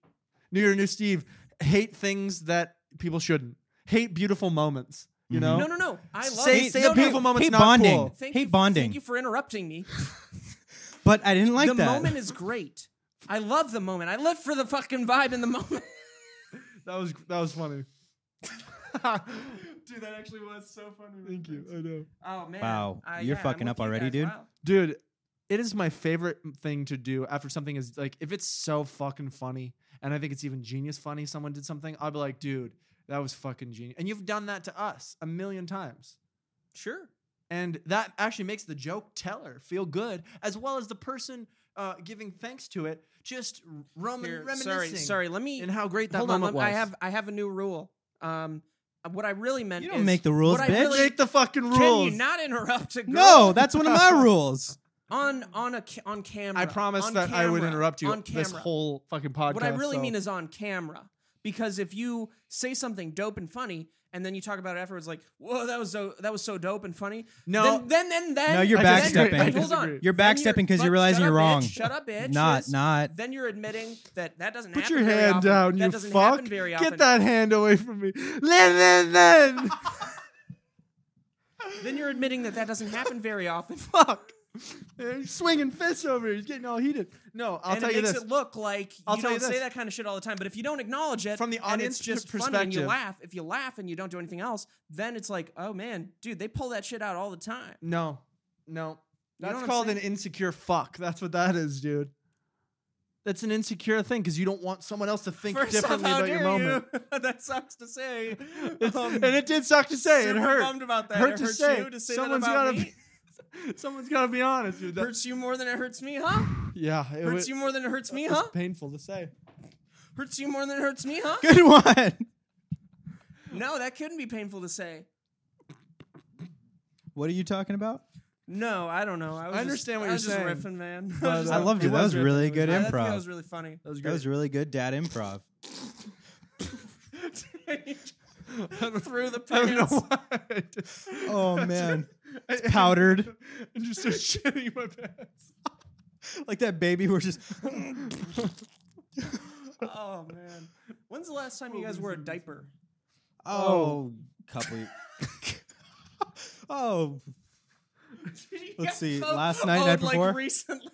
C: year, new Steve. Hate things that people shouldn't. Hate beautiful moments. You
A: Mhm.
C: know?
B: No, no, no. I love
C: Say-
B: it.
C: say
B: no,
C: a
B: no,
C: beautiful moment. moment's
A: hate
C: not
A: bonding.
C: cool.
B: Thank
A: hate
B: you,
A: bonding.
B: Thank you for interrupting me.
A: But I didn't like
B: the
A: that.
B: moment is great. I love the moment. I live for the fucking vibe in the moment.
C: That was that was funny.
B: Dude, that actually was so funny.
C: Thank you. I know.
B: Oh man.
A: Wow.
B: I-
A: You're
B: yeah, I'm
A: fucking
B: with
A: up
B: you
A: already,
B: guys.
A: dude.
B: Wow.
C: Dude, it is my favorite thing to do after something is like if it's so fucking funny and I think it's even genius funny someone did something, I'll be like, dude, that was fucking genius. And you've done that to us a million times.
B: Sure.
C: And that actually makes the joke teller feel good, as well as the person uh, giving thanks to it, just rum-
B: Here,
C: reminiscing.
B: sorry, sorry. Let me
C: And how great that
B: hold on.
C: moment
B: let-
C: was.
B: I have I have a new rule. Um, what I really meant
A: you don't
B: is
A: make the rules,
B: what I
A: bitch.
B: really-
C: Make the fucking rules.
B: can you not interrupt a girl?
A: no, that's one of my rules.
B: on on a ca- on camera.
C: I promised
B: on
C: that I would
B: camera,
C: interrupt you
B: on camera.
C: this whole fucking podcast.
B: What I really
C: so-
B: mean is on camera. Because if you say something dope and funny, and then you talk about it afterwards, like, "Whoa, that was so that was so dope and funny."
C: No.
B: then then then, then
A: No, you're
B: then-
A: backstepping.
B: then- hold on.
A: You're
B: Then
A: backstepping 'cause
B: but
A: you're realizing
B: shut
A: you're
B: up,
A: wrong.
B: Bitch, shut up, bitch.
A: Not,
B: Yes.
A: not.
B: Then you're admitting that that doesn't
C: Put
B: happen.
C: your
B: very
C: hand
B: often.
C: down,
B: That
C: you
B: doesn't
C: fuck.
B: happen very often.
C: Get that hand away from me. Listen, listen.
B: Then you're admitting that that doesn't happen very often. Fuck.
C: He's swinging fists over here. He's getting all heated. No, I'll
B: and
C: tell
B: it
C: you
B: makes
C: this.
B: it look like
C: I'll
B: you
C: tell
B: don't
C: you
B: say
C: this.
B: that kind of shit all the time. But if you don't acknowledge it
C: From the
B: and it's
C: audience
B: just
C: per-
B: funny and you
C: perspective.
B: laugh, if you laugh and you don't do anything else, then it's like, oh man, dude, they pull that shit out all the time.
C: no, no.
B: know
C: That's
B: what I'm
C: called
B: saying?
C: an insecure fuck. That's what that is, dude. That's an insecure thing because you don't want someone else to think
B: First off,
C: differently
B: how
C: about your
B: dare
C: moment.
B: you? that sucks to say.
C: It's-
B: Um,
C: and it did suck to say. It
B: super
C: hurt.
B: Bummed about that.
C: Hurt
B: it
C: to
B: hurts
C: say.
B: you to say
C: Someone's
B: that about
C: gotta
B: me.
C: Someone's got to be honest, dude. That-
B: Hurts you more than it hurts me, huh?
C: yeah, it
B: Hurts
C: was,
B: you more than it hurts me,
C: it was
B: huh?
C: painful to say.
B: Hurts you more than it hurts me, huh?
A: Good one.
B: No, that couldn't be painful to say.
A: What are you talking about?
B: No, I don't know. I, was
C: I
B: just,
C: understand what
B: I
C: you're
B: was just
C: saying,
B: riffing, man.
C: but,
B: was just
A: I
C: uh,
B: like,
A: loved
C: It
A: you. That
C: was
A: was
C: good.
A: really
C: It was
A: good
B: "Ah, that-
A: improv.
B: That was really funny.
C: That was
A: That was really good dad improv.
B: Through the
C: I don't know
B: pants.
C: why. I did-
A: Oh man,
C: I-
A: powdered
C: and just started shitting my pants.
A: like that baby. We're just
B: Oh man, when's the last time you guys wore a diaper?
A: oh, couple. oh, Let's see, last night,
B: oh,
A: night
B: like
A: before?
B: recently.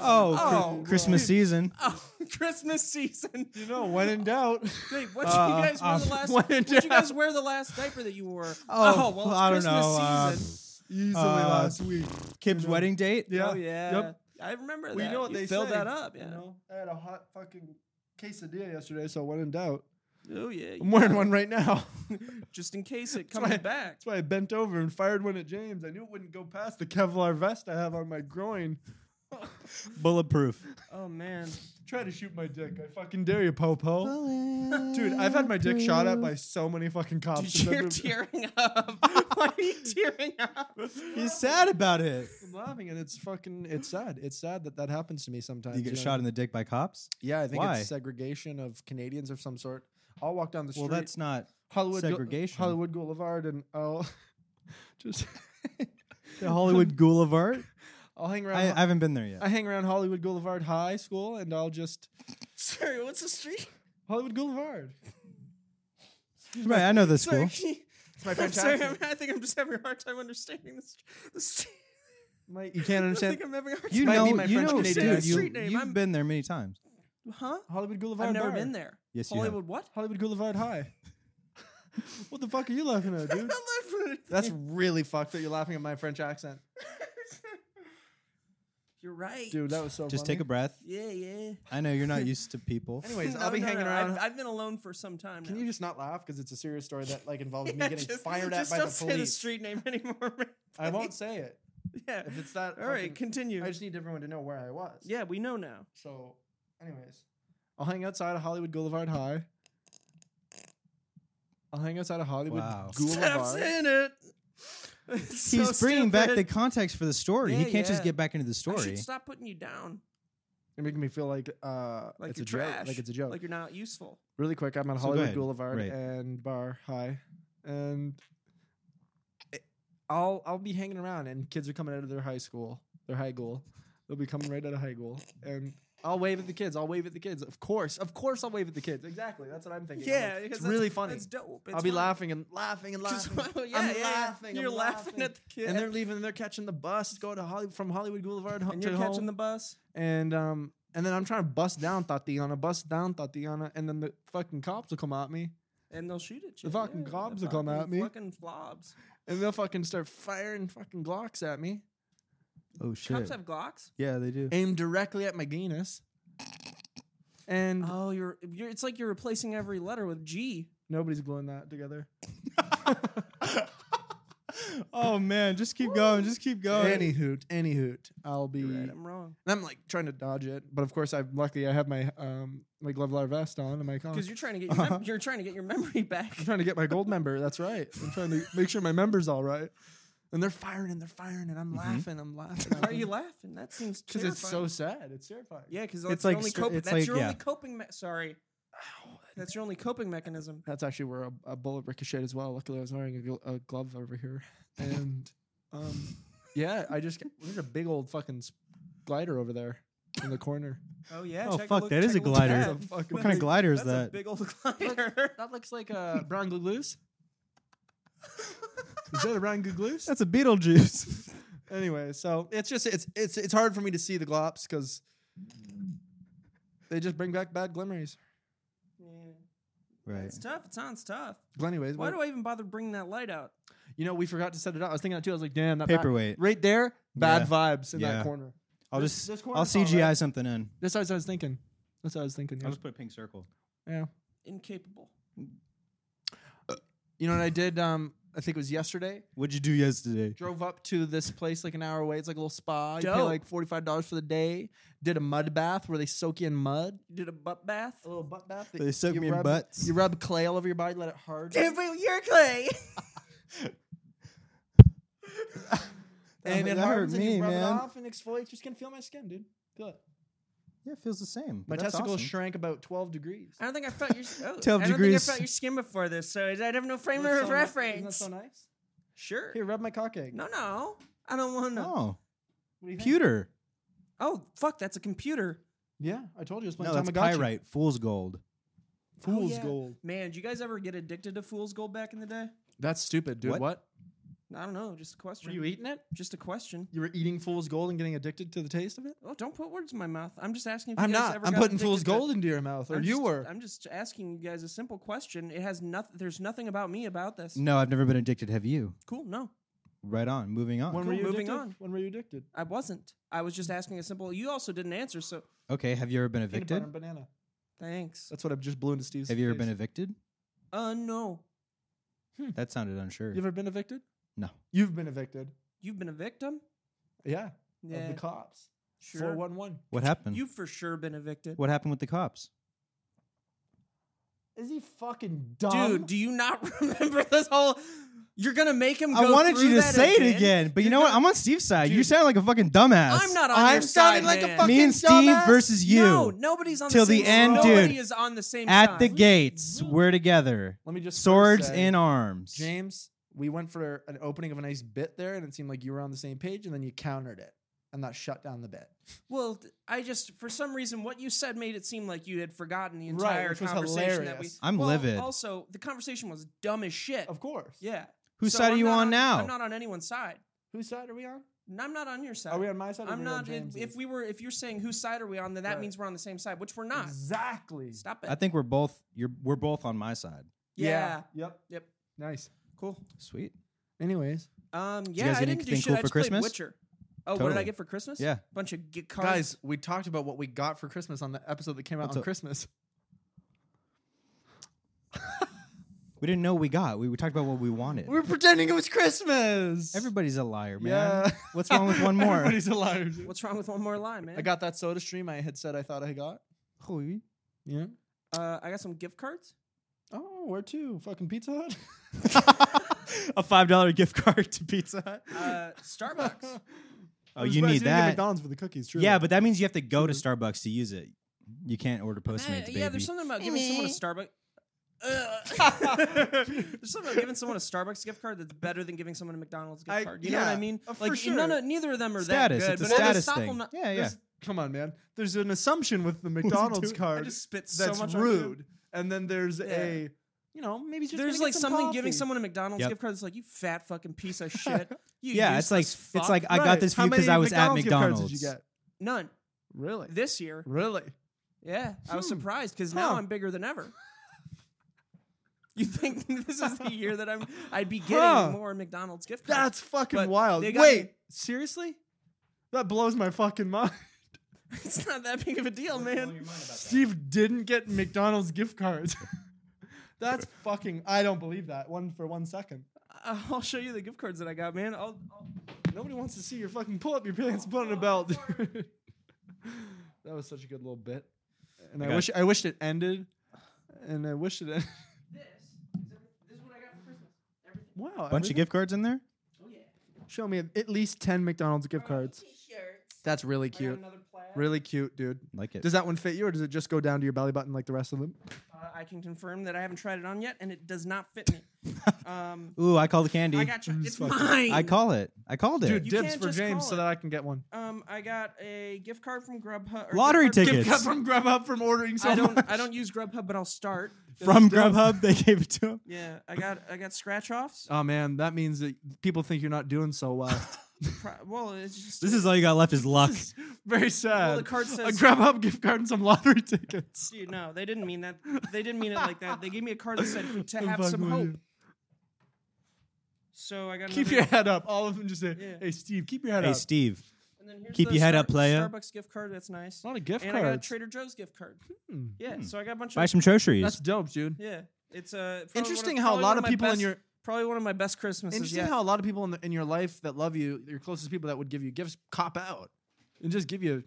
A: oh, Chri-
B: Oh,
A: Christmas season.
B: Oh, Christmas season.
C: You know, when in doubt.
B: Wait, what did
A: Uh,
B: you guys wear
A: uh,
B: the last?
C: when in
B: What you guys
C: doubt.
B: wear the last diaper that you wore?
A: Oh,
B: well, it's
A: I don't
B: Christmas
A: know. uh,
B: season.
C: Easily
A: Uh,
C: last week.
A: Kib's wedding date.
C: oh, Yeah.
B: Oh yeah.
C: Yep.
B: I remember that.
C: Well, you know what
B: you
C: they
B: filled
C: say,
B: that up, yeah.
C: You know, I had a hot fucking quesadilla yesterday, so when in doubt.
B: Oh yeah. you
C: I'm wearing
B: got
C: one right now.
B: it. Just in case it
C: why
B: comes
C: I-
B: back.
C: That's why I bent over and fired one at James. I knew it wouldn't go past the Kevlar vest I have on my groin.
A: Bulletproof.
B: Oh man.
C: Try to shoot my dick. I fucking dare you, Popo. Dude, I've had my dick shot at by so many fucking cops.
B: Dude,
C: in that
B: you're
C: movie.
B: tearing up. Why are you tearing up?
A: He's sad about it.
C: I'm laughing, and it's fucking. It's sad. It's sad that that happens to me sometimes.
A: You get
C: know?
A: shot in the dick by cops.
C: Yeah, I think
A: Why?
C: it's segregation of Canadians of some sort. I'll walk down the
A: Well,
C: street.
A: that's not.
C: Hollywood Gu-
A: segregation.
C: Hollywood Boulevard, and I'll just
A: The Hollywood Boulevard.
C: I'll hang around.
A: I, I haven't been there yet.
C: I hang around Hollywood Boulevard High School, and I'll just
B: Sorry, what's the street?
C: Hollywood Boulevard.
A: right, I know this
B: Sorry.
A: school.
B: can you-
C: It's my
B: I'm sorry, I'm,
C: fantastic.
B: I think I'm just having a hard time understanding this. The street.
C: My, you can't
B: I
C: understand
B: think I'm having a hard
A: You
B: time.
C: might be
A: know,
C: my
A: you
C: French
A: know, dude,
C: Canadian accent.
A: you,
B: Street name,
A: you've
B: I'm-
A: been there many times.
B: Huh?
C: Hollywood Boulevard.
B: I've never
C: Bar.
B: been there.
A: Yes, you have.
B: Hollywood what?
C: Hollywood Boulevard High. what the fuck are you laughing at, dude? That's really fucked that you're laughing at my French accent,
B: You're right.
C: dude. That was so.
A: Just take a
C: funny.
A: breath.
B: Yeah, yeah.
A: I know you're not used to people.
C: Anyways,
B: No,
C: I'll be
B: no,
C: hanging
B: no,
C: around.
B: I've, I've been alone for some time
C: Can
B: now.
C: you just not laugh because it's a serious story that like involves me
B: Yeah,
C: getting
B: just-
C: fired
B: just
C: at by
B: don't
C: the
B: say the
C: police?
B: street name anymore. man.
C: I won't say it.
B: Yeah.
C: If it's that.
B: All right,
C: fucking-
B: continue.
C: I just need everyone to know where I was.
B: yeah, we know now.
C: So, anyways, I'll hang outside of Hollywood Boulevard High. I'll hang outside of Hollywood
A: Wow.
C: Boulevard.
B: Stop saying it. It's
A: He's
B: so
A: bringing back the
B: stupid.
A: context for the story.
B: Yeah,
A: he can't
B: yeah.
A: just get back into the
B: I
A: story.
B: should stop putting you down.
C: You're making me feel like uh,
B: Like
C: it's
B: you're
C: a joke.
B: trash.
C: Like it's a joke.
B: Like you're not useful.
C: really quick, I'm on
A: So go
C: Hollywood
A: ahead.
C: Boulevard
A: Right.
C: and Bar High, and it- I'll I'll be hanging around, and kids are coming out of their high school, their high school. They'll be coming right out of high school, and I'll wave at the kids. I'll wave at the kids. Of course, of course, I'll wave at the kids. Exactly. That's what I'm thinking. I'm like,
B: because
C: it's
B: that's-
C: really funny.
B: That's dope.
C: I'll
B: it's funny.
C: be laughing and laughing and
B: Just-
C: laughing.
B: well, yeah,
C: I'm
B: yeah, yeah.
C: laughing. I'm
B: You're laughing,
C: laughing.
B: at the kid.
C: and they're leaving. and They're catching the bus. Go to Hollywood from Hollywood Boulevard ho-
B: And
C: to
B: you're catching
C: home.
B: the bus.
C: and um and then I'm trying to bust down Tatiana, bust down Tatiana, and then the fucking cops will come at me
B: And they'll shoot at you.
C: fucking
B: yeah,
C: cops
B: the
C: will come
B: fucking-
C: at me. Oh,
B: Fucking flobs.
C: and they'll fucking start firing fucking Glocks at me,
A: oh
B: Cops
A: shit!
B: have Glocks.
A: Yeah, they do.
C: aimed directly at my penis. And
B: Oh, you're, you're. It's like you're replacing every letter with G.
C: nobody's gluing that together.
A: oh man, just keep going. Just keep going.
C: Any hoot, any hoot. I'll be.
B: You're right.
C: and
B: I'm wrong.
C: I'm like trying to dodge it, but of course I'm lucky. I have my um my Glevlar vest on and my cock.
B: Because you're trying to get your mem- you're trying to get your memory back.
C: I'm trying to get my gold member. That's right. I'm trying to make sure my member's all right. and they're firing and they're firing and I'm
A: Mhm.
C: laughing, I'm laughing.
B: Why are you laughing? That seems
C: Because
B: terrifying.
C: it's so sad. It's terrifying.
B: yeah, because
A: It's
B: that's
A: like
B: your only
A: str-
B: coping.
A: it's
B: That's
A: like-
B: your
A: yeah.
B: only coping. Me- sorry, that's your only coping mechanism.
C: That's actually where a, a bullet ricocheted as well. Luckily, I was wearing a, gl- a glove over here, and um, yeah, I just got- there's a big old fucking s- glider over there in the corner.
B: Oh yeah.
A: Oh,
B: check a
A: fuck,
B: look-
A: that is
B: check
A: a
B: look
A: glider.
B: at
C: That's a fucking-
A: What kind of glider is
B: That's a
A: that?
B: big old glider.
C: That looks like a brown googloos. Is that a brown googloos?
A: That's a Beetlejuice.
C: anyway, so it's just it's it's it's hard for me to see the glops because they just bring back bad glimmeries.
B: Yeah.
A: right.
B: It's tough. It sounds tough.
C: Well, anyways,
B: Why
C: what-
B: do I even bother bringing that light out?
C: you know we forgot to set it up. I was thinking that too. I was like, damn, that back-
A: Paperweight.
C: right there, bad
A: Yeah.
C: vibes in
A: Yeah.
C: that corner.
A: I'll
C: This-
A: just
C: this
A: I'll
C: corner's all
A: CGI
C: right.
A: something in.
C: That's what I was thinking. That's what I was thinking. Yeah.
A: I'll just put a pink circle.
C: yeah.
B: Incapable.
C: You know what I did? Um, I think it was yesterday.
A: What'd you do yesterday?
C: Drove up to this place like an hour away. It's like a little spa. You pay
B: Dope.
C: like forty five dollars for the day. Did a mud bath where they soak you in mud.
B: You did a butt bath.
C: A little butt bath.
A: They soak
C: you
A: me in
C: rub-
A: butts.
C: You rub clay all over your body, let it harden.
B: You're clay.
C: and
A: That
C: it
A: hurt
C: hardens and
A: me,
C: you rub
A: man.
C: it off and exfoliates your skin. Feel my skin, dude. Feel it.
A: Yeah, it feels the same.
C: My
A: but that's
C: testicles
A: awesome.
C: shrank about 12 degrees.
B: I don't think I felt your. Oh,
A: 12
B: I don't
A: degrees.
B: think I felt your skin before this, so I have no frame
C: Isn't
B: of
C: that so ni- Isn't that
B: reference.
C: so nice?
B: Sure.
C: Here, rub my cock egg.
B: No, no, I don't want to.
A: Oh,
C: What do you think?
A: pewter.
B: Oh, fuck, that's a computer.
C: Yeah, I told you I was
A: No,
C: playing
A: that's
C: Tamagotchi.
A: pyrite. Fool's gold.
C: Fool's
B: Oh, yeah.
C: gold.
B: Man, did you guys ever get addicted to fool's gold back in the day?
C: That's stupid, dude.
A: What?
C: What?
B: I don't know. Just a question.
C: Were you eating it?
B: just a question.
C: You were eating fool's gold and getting addicted to the taste of it?
B: Oh, don't put words in my mouth. I'm just asking. If you
C: I'm
B: guys
C: not.
B: Ever
C: I'm
B: got
C: putting fool's
B: addicted to-
C: gold into your mouth, or
B: I'm
C: you
B: just-
C: were.
B: I'm just asking you guys a simple question. It has nothing. There's nothing about me about this.
A: No, I've never been addicted. Have you?
B: Cool. No,
A: Right on. Moving on.
C: when were
B: cool,
C: you
B: moving
C: addicted?
B: on.
C: When were you addicted?
B: I wasn't. I was just asking a simple. You also didn't answer, so
A: Okay. Have you ever been
C: Peanut butter
A: evicted?
C: and banana.
B: thanks.
C: That's what I've just blew into Steve's.
A: Have you ever
C: face.
A: been evicted?
B: Uh, no.
A: That sounded unsure.
C: You ever been evicted?
A: No.
C: You've been evicted.
B: You've been a victim.
C: Yeah.
B: Yeah,
C: Of the cops.
B: sure.
C: 411.
A: What happened?
B: You've for sure been evicted.
A: What happened with the cops?
C: Is he fucking dumb?
B: Dude, do you not remember this whole? You're gonna make him. Go
A: I wanted you
B: through
A: to
B: that
A: say it again, but you know what? I'm on Steve's side. You
C: Dude.
A: sound like a fucking dumbass.
B: I'm not on your
C: I'm
B: side,
C: sounding like a
B: man.
C: fucking
A: Me and Steve
C: dumbass.
A: versus you.
B: No, nobody's on
A: Till
B: the
A: the
B: same
A: end,
B: Nobody
A: dude.
B: is on the same
A: At the
B: side.
A: gates, we're together.
C: Let me just first
A: Swords
C: say,
A: in arms.
C: James, we went for an opening of a nice bit there, and it seemed like you were on the same page, and then you countered it, and that shut down the bit.
B: Well, th- I just for some reason what you said made it seem like you had forgotten the entire
C: which was
B: conversation that we.
C: hilarious.
A: I'm
B: well,
A: livid.
B: Also, the conversation was dumb as shit.
C: Of course.
B: yeah.
A: Whose
B: So
A: side are
B: I'm
A: you
B: not
A: on now? Oh,
B: I'm not on anyone's side.
C: Whose side are we on?
B: And I'm not on your side.
C: Are we on my side? or
B: I'm
C: are we on
B: not. If,
C: James's?
B: if we were, if you're saying whose side are we on, then that
C: Right.
B: means we're on the same side, which we're not.
C: exactly.
B: Stop it.
A: I think we're both you're we're both on my side.
B: yeah.
C: Yep.
B: Yep.
C: Nice.
B: Cool.
A: Sweet.
C: Anyways,
B: Um.
A: you
B: Yeah.
A: guys
B: I
A: get
B: didn't do
A: anything
B: shit.
A: cool
B: I
A: for
B: just played
A: Christmas?
B: Witcher. Oh, what did I
A: Totally.
B: get for Christmas?
A: Yeah.
B: Bunch of gift cards.
C: guys, we talked about what we got for Christmas on the episode that came out
A: What's
C: on
A: up?
C: Christmas.
A: We didn't know we got. We, we talked about what we wanted.
C: We were pretending it was Christmas.
A: Everybody's a liar, man.
C: Yeah.
A: What's wrong with one more?
C: Everybody's a liar. dude.
B: what's wrong with one more line, man?
C: I got that soda stream I had said I thought I got.
A: Hui.
C: Yeah.
B: Uh, I got some gift cards.
C: Oh, where to? Fucking Pizza Hut.
A: a five dollar gift card to Pizza Hut.
B: Uh, Starbucks.
A: Oh, you need that.
C: McDonald's for the cookies. True. Mm-hmm.
A: Yeah, but that means you have to go to Starbucks to use it. You can't order Postmates,
B: Eh,
A: baby.
B: yeah, there's something about giving someone a
D: Meh.
B: Starbucks. there's something about giving someone a Starbucks gift card that's better than giving someone a McDonald's gift
C: I-
B: card. You know what I
C: yeah,
B: mean?
C: uh, for
B: Like
C: sure.
B: none of, neither of them are
A: status.
B: that
A: it's
B: good.
A: a
B: but
A: status
B: stop
A: thing.
B: them not-
A: yeah, yeah.
C: Come on, man. There's an assumption with the McDonald's
B: I
C: card
B: just spit so
C: that's
B: much on you.
C: rude, and then there's a you know maybe just
B: There's
C: gonna get
B: like
C: some
B: something giving
C: coffee.
B: someone a McDonald's
A: Yep.
B: gift card that's like you fat fucking piece of shit. You
A: Yeah, it's like
B: useless fuck.
A: it's like I got
C: Right.
A: this for
C: How
A: you because
C: many
A: I was at
C: gift cards
A: McDonald's.
C: Did you get?
B: none
C: Really?
B: this year.
C: Really?
B: Yeah, I was
C: Hmm.
B: surprised because now
C: Huh.
B: I'm bigger than ever. You think this is the year that I'm I'd be getting
C: Huh.
B: more McDonald's gift cards?
C: That's fucking
B: But
C: wild.
B: they
C: Wait,
B: got me-
C: seriously? That blows my fucking mind.
B: It's not that big of a deal, man.
C: Steve didn't get McDonald's gift cards. That's fucking. I don't believe that one for one second.
B: I- I'll show you the gift cards that I got, man. I'll, I'll
C: Nobody wants to see your fucking pull up your pants, put on a belt. that was such a good little bit, and I
A: Okay.
C: wish I wished it ended, and I wished it. Ended.
B: this. This is what I got for Christmas.
C: Wow,
A: Bunch of gift cards in there.
B: Oh yeah.
C: Show me at least 10 McDonald's gift cards.
D: T-shirts.
C: That's really
B: I got
C: cute.
B: another plaid.
C: Really cute, dude.
A: Like it.
C: Does that one fit you or does it just go down to your belly button like the rest of them?
B: Uh, I can confirm that I haven't tried it on yet, and it does not fit me. Um,
A: Ooh, I call the candy.
B: I got you. It's
C: fucking-
B: mine.
A: I call it. I called it.
C: Dude,
B: You
C: dibs
B: can't
C: for
B: just
C: James
B: call
C: so
B: it.
C: that I can get one.
B: Um, I got a gift card from Grubhub. or
A: Lottery
B: gift card-
A: ticket.
C: Gift
A: Tickets.
C: card from Grubhub from ordering so
B: I don't.
C: much.
B: I don't use Grubhub, but I'll start.
A: From
B: Grubhub.
A: Grubhub, they gave it to him.
B: Yeah, I got I got scratch offs.
C: Oh man, that means that people think you're not doing so well.
B: well, it's just
A: This is all you got left is luck.
C: Very sad.
B: well, the card
C: a
B: says.
C: Grubhub gift card and some lottery tickets.
B: Dude, no, they didn't mean that. They didn't mean it like that. They gave me a card that said to
C: I'm
B: have
C: fucking
B: some
C: with
B: hope.
C: you.
B: So I got
C: Keep
B: another-
C: your head up. All of them just say,
B: Yeah.
C: "Hey Steve, keep your head
A: Hey,
C: up."
A: Steve.
B: and then here's
A: keep
B: the
A: your head up,
B: Star-
A: player.
B: Starbucks gift card. That's nice.
C: a lot of gift
B: and I got a
C: cards.
B: Trader Joe's gift card.
C: Hmm.
B: Yeah, so I got a bunch
A: Buy
B: of.
A: some groceries.
C: That's dope, dude.
B: yeah, it's uh, probably one of-
C: Interesting how a
B: probably
C: lot
B: one
C: of
B: my
C: people in
B: best-
C: your
B: probably one of my best Christmases.
C: interesting
B: Yeah,
C: how a lot of people in, the, in your life that love you, your closest people that would give you gifts, cop out and just give you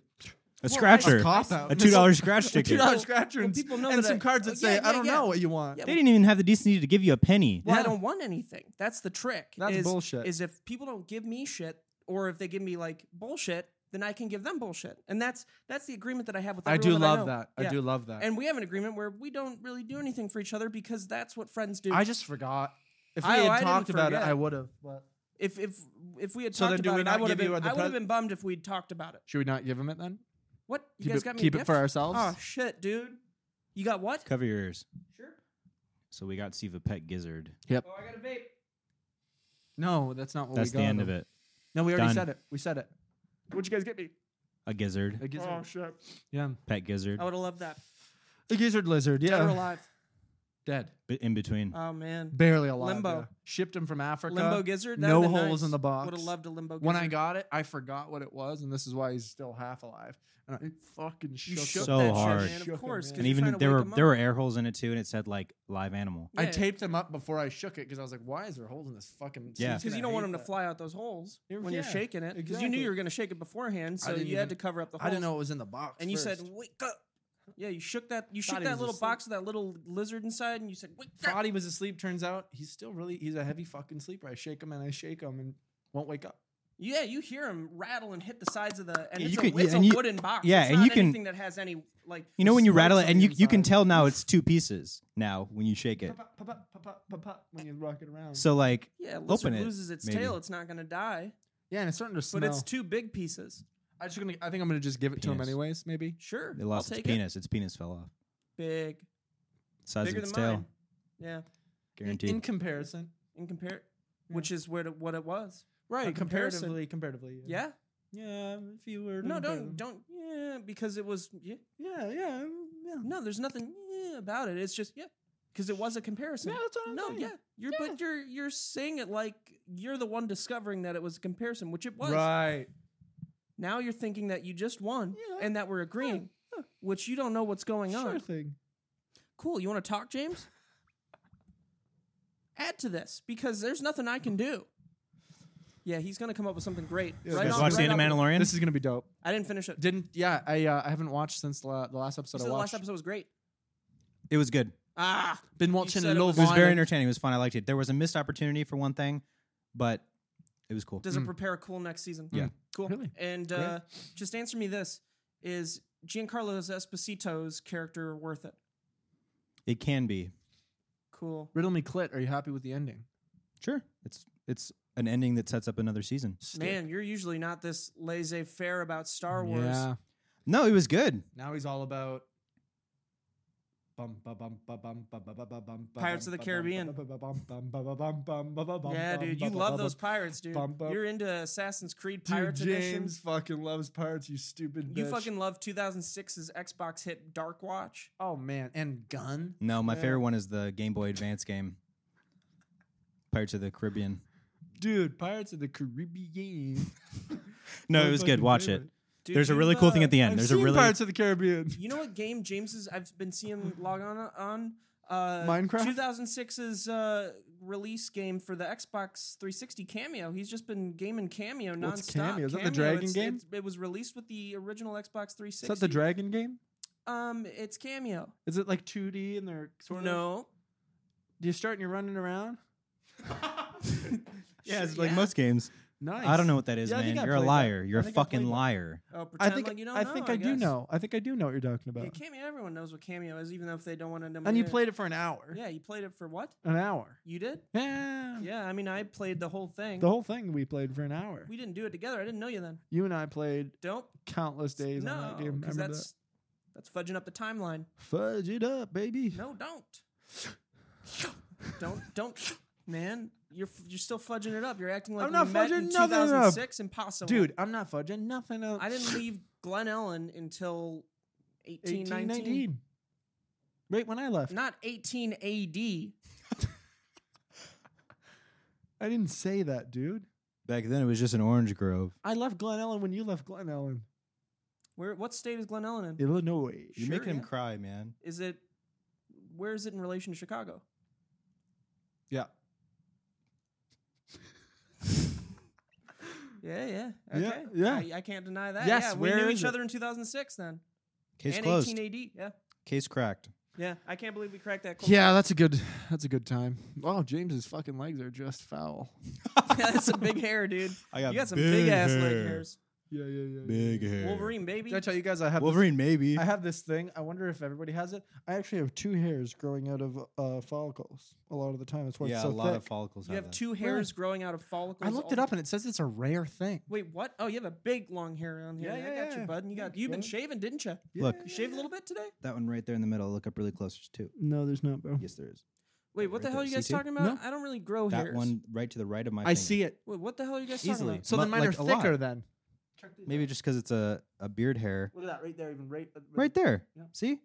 A: a
B: I-
A: scratcher.
C: a cop out,
A: a two dollar scratch
C: a
A: ticket.
C: two dollar scratcher,
B: Well,
C: and,
B: people know
C: and
B: that
C: some
B: I-
C: cards
B: Yeah,
C: that say,
B: yeah,
C: "I don't
B: yeah.
C: know what you want."
B: Yeah,
A: They didn't even have the decency to give you a penny.
B: Well, I
C: Yeah.
B: don't want anything. That's the trick.
C: That's
B: is-
C: bullshit.
B: Is if people don't give me shit, or if they give me like bullshit, then I can give them bullshit, and that's that's the agreement that I have with.
C: I do
B: everyone
C: love
B: know.
C: that. I
B: Yeah.
C: do love that.
B: And we have an agreement where we don't really do anything for each other because that's what friends do.
C: I just forgot. If we
B: I-
C: had
B: Oh, I didn't
C: talked about it,
B: forget.
C: I would have. But
B: if if if we had
C: So
B: talked
C: then do
B: about
C: we
B: it, I
C: not
B: would have
C: give you
B: been
C: the
B: I would have
C: pre-
B: been bummed if we'd talked about it.
C: should we not give him it then?
B: What you
C: Keep
B: guys
C: it-
B: got me a
C: keep it
B: gift?
C: for ourselves?
B: Oh shit, dude! You got what?
A: Cover your ears.
B: Sure.
A: So we got Steve a pet gizzard.
B: Oh, I got a vape.
C: No, that's not what
A: That's the
C: we got.
A: end
C: him.
A: of it.
C: No, we already
A: Done.
C: said it. We said it. What'd you guys get me?
A: A gizzard.
C: A Oh. gizzard. Oh shit. Yeah.
A: Pet gizzard.
B: I would have loved that.
C: A gizzard lizard.
B: Dead or
C: Yeah.
B: alive?
C: Dead.
A: B- in between.
B: Oh man.
C: Barely alive.
B: Limbo.
C: yeah. Shipped him from Africa.
B: Limbo gizzard. That'd
C: no
B: have been
C: holes
B: nice.
C: in the box.
B: Would have loved a limbo. Gizzard.
C: When I got it, I forgot what it was, and this is why he's still half alive. And I fucking
B: You
C: shook,
B: shook
A: So
B: that
A: hard.
B: Shit, man,
C: Shook
B: of
C: 'em,
B: course.
C: man.
B: 'cause
A: and
B: you're trying
A: even
B: to
A: there
B: wake
A: were
B: 'em
A: there
B: up.
A: were air holes in it too, and it said like live animal.
C: I
B: Yeah.
C: taped him up before I shook it because I was like, "Why is there holes in this
A: Yeah.
C: fucking?"
B: because
C: Steve's
B: you
C: gonna
B: don't want them
C: hate
B: to
C: that."
B: fly out those holes
C: Yeah,
B: when you're
C: yeah,
B: shaking it because you knew
C: exactly.
B: you were going to shake it beforehand, so you
C: didn't
B: had to
C: even-
B: cover up the holes.
C: I didn't know it was in the box.
B: And you
C: first.
B: said, "Wake up!" Yeah, you shook that. You
C: Thought
B: shook
C: he
B: that
C: was
B: little
C: asleep.
B: box of that little lizard inside, and you said, "Wake up!"
C: thought he was asleep. Turns out he's still really he's a heavy fucking sleeper. I shake him and I shake him and won't wake up.
B: Yeah, you hear him rattle and hit the sides of the. And
A: Yeah,
B: it's
A: you
B: a,
A: could-
B: it's
A: yeah, and
B: a
A: you-
B: wooden box.
A: yeah,
B: It's
A: and
B: not
A: you can-
B: anything that has any like.
A: You know when you
C: Smokes
A: rattle
C: on
A: it,
C: the
A: and you you can
C: inside.
A: tell now it's two pieces now when you shake it.
C: Pop, pop, pop, pop, pop, pop, pop, When you rock it around.
A: So like
B: Yeah, lizard
A: Open it,
B: loses its
A: maybe.
B: tail. It's not going to die,
C: yeah, and it's starting to
B: but
C: smell.
B: it's two big pieces.
C: I just gonna. I think I'm gonna just give it to him
A: Penis.
C: anyways. Maybe.
B: Sure,
A: it lost
B: I'll
A: its
B: take
A: penis. Its penis fell off.
B: It. Big,
A: Size
B: bigger
A: of its
B: than
A: tail.
B: mine. Yeah,
A: Guaranteed.
C: In comparison.
B: in compare,
C: Yeah.
B: which is where the- what it was.
C: Right.
B: comparison.
C: Comparatively. Comparatively.
B: Yeah.
C: Yeah. If you were. to
B: No,
C: compare
B: don't
C: them.
B: don't yeah because it was yeah.
C: Yeah. Yeah. Yeah.
B: No, there's nothing yeah about it. It's just yeah because it was a comparison.
C: Yeah, that's what I'm
B: no,
C: saying.
B: yeah, you're but you're you're saying it like you're the one discovering that it was a comparison, which it was.
C: Right.
B: Now you're thinking that you just won
C: Yeah.
B: and that we're agreeing,
C: yeah.
B: which you don't know what's going
C: Sure
B: on.
C: thing.
B: Cool. You want to talk, James? Add to this because there's nothing I can do. Yeah, he's gonna come up with something great.
C: Yeah,
A: you
C: right
A: guys
C: on-
A: watch
C: right
A: the
B: off-
A: End of Mandalorian?
C: This is gonna be dope.
B: I didn't finish it. You
C: Didn't. Yeah. I. Uh, I haven't watched since the, la- the last episode
B: said
C: I
B: the
C: watched.
B: last episode was great.
A: it was good.
B: Ah,
C: Been watching
B: said it
C: Love
A: It was very
C: Island.
A: entertaining. It was fun. I liked it. There was a missed opportunity for one thing, but it was cool.
B: Does it
C: Mm.
B: prepare a cool next season?
A: Yeah.
C: Mm.
B: Cool.
C: Really?
B: And uh, just answer me this is Giancarlo Esposito's character worth it?
A: it can be.
B: Cool.
C: Riddle me clit. Are you happy with the ending?
A: Sure. It's it's an ending that sets up another season.
B: Man, you're usually not this laissez faire about Star Wars.
C: Yeah.
A: No, it was good.
C: Now he's all about. Bum, ba, bum, ba, bum, ba, ba, ba, ba, bum, ba,
B: Pirates
C: bum,
B: of the
C: ba, bum,
B: Caribbean.
C: ba, ba, ba, bum, bum, ba, ba, bum, bum, ba, ba, bum,
B: Yeah,
C: bum,
B: dude,
C: ba,
B: you
C: ba,
B: love
C: ba,
B: those
C: ba.
B: pirates, dude.
C: Bum, bum.
B: You're into Assassin's Creed
C: Dude,
B: Pirates Edition.
C: James fucking loves pirates. You stupid.
B: You
C: bitch.
B: fucking love 2006's Xbox hit Dark Watch.
C: Oh man, and gun.
A: No, my
C: Yeah.
A: favorite one is the Game Boy Advance game. Pirates of the Caribbean.
C: Dude, Pirates of the Caribbean.
A: No,
C: My
A: it was good.
C: fucking
A: Watch
C: favorite.
A: it.
B: Dude,
A: There's a
B: you,
A: really cool thing
B: uh,
A: at the end.
C: I've
A: There's a
C: seen
A: really
C: Pirates of the Caribbean.
B: You know what game James is? I've been seeing him log on on uh,
C: Minecraft?
B: 2006's uh, release game for the Xbox 360 Cameo. He's just been gaming Cameo nonstop.
C: What's Cameo? Is that the dragon
B: it's-
C: game?
B: it's- it was released with the original Xbox 360.
C: Is that the Dragon game?
B: Um, it's Cameo.
C: Is it like 2D and they're sort of?
B: No,
C: Do you start and you're running around?
A: yeah, it's
B: Sure,
A: like
B: yeah.
A: most games.
C: Nice.
A: I don't know what that is,
C: Yeah, I think
A: man.
C: I
A: You're a
C: played that.
A: liar. You're
C: I
A: a
C: think I
A: fucking
C: played that.
A: liar.
B: Oh,
C: I
B: pretend
C: think
B: like you don't
C: I
B: know.
C: think
B: I,
C: I, do
B: guess.
C: know. I think I do know what you're talking about.
B: Yeah, cameo. Everyone knows what cameo is, even if they don't want to know.
C: and you
B: it is.
C: played it for an hour.
B: Yeah, you played it for what?
C: An hour.
B: You did?
C: Yeah.
B: Yeah, I mean, I played the whole thing.
C: The whole thing we played for an hour.
B: we didn't do it together. I didn't know you then.
C: you and I played
B: Don't.
C: countless days
B: no,
C: on that game. I
B: because
C: remember
B: that's that's fudging up the timeline.
C: that. Fudge it up, baby.
B: No, don't. don't don't. Man, you're f- you're still fudging it up. You're acting like
C: I'm not
B: we met in
C: fudging nothing up.
B: 2006. Impossible,
C: Dude, I'm not fudging nothing. Up.
B: I didn't leave Glen Ellen until 18, 19.
C: 1819. Right when I left.
B: Not 18 AD.
C: I didn't say that, dude.
A: Back then, it was just an orange grove.
C: I left Glen Ellen when you left Glen Ellen,
B: Where what state is Glen Ellen in?
C: Illinois.
A: You're
B: Sure,
A: making him
B: yeah.
A: cry, man.
B: Is it where is it in relation to Chicago?
C: Yeah.
B: Yeah, yeah.
C: Yeah,
B: Okay.
C: yeah.
B: I, I can't deny that.
C: Yes,
B: yeah, we
C: where
B: knew
C: is
B: each
C: it?
B: other in 2006 then.
A: Case
B: and
A: closed.
B: 18 AD. Yeah.
A: Case cracked.
B: Yeah. I can't believe we cracked that. cold.
C: Yeah, that's a good that's a good time. Oh, James's fucking legs are just foul.
B: Yeah, that's some big hair, dude.
A: I
B: You got some big, ass leg hairs.
C: Yeah, yeah, yeah.
A: Big hair.
B: Wolverine, baby.
C: Did I tell you guys I have
A: Wolverine, maybe.
C: This, I have this thing. I wonder if everybody has it. I actually have two hairs growing out of uh, follicles a lot of the time. That's why
A: yeah,
C: it's so
A: a lot
C: thick.
A: of follicles.
B: You have
A: that.
B: two hairs growing out of follicles.
C: I looked
B: all-
C: it up and it says it's a rare thing.
B: Wait, what? Oh, you have a big long hair on here.
C: Yeah,
B: I
C: yeah,
B: got
C: yeah.
B: you, bud. And you got
C: Thanks,
B: you've been
C: bud.
B: shaving, didn't you?
A: Look.
B: You shaved a little bit today.
A: That one right there in the middle. Look up really close. There's two.
C: No, there's not, bro.
A: Yes, there is.
B: Wait, what
A: Right
B: the hell
A: there.
B: are you guys
A: See, too?
B: talking about?
C: No.
B: I don't really grow
A: That
B: hairs.
A: one right to the right of my.
C: I see it.
B: Wait, what the hell are you guys
A: Easily.
B: talking
C: So then
A: Mu-
C: mine
A: like
C: are
A: a lot.
C: thicker then.
A: Maybe just because it's a, a beard hair.
C: Look at that right there, even right. uh,
A: Right there.
C: Yeah.
A: See?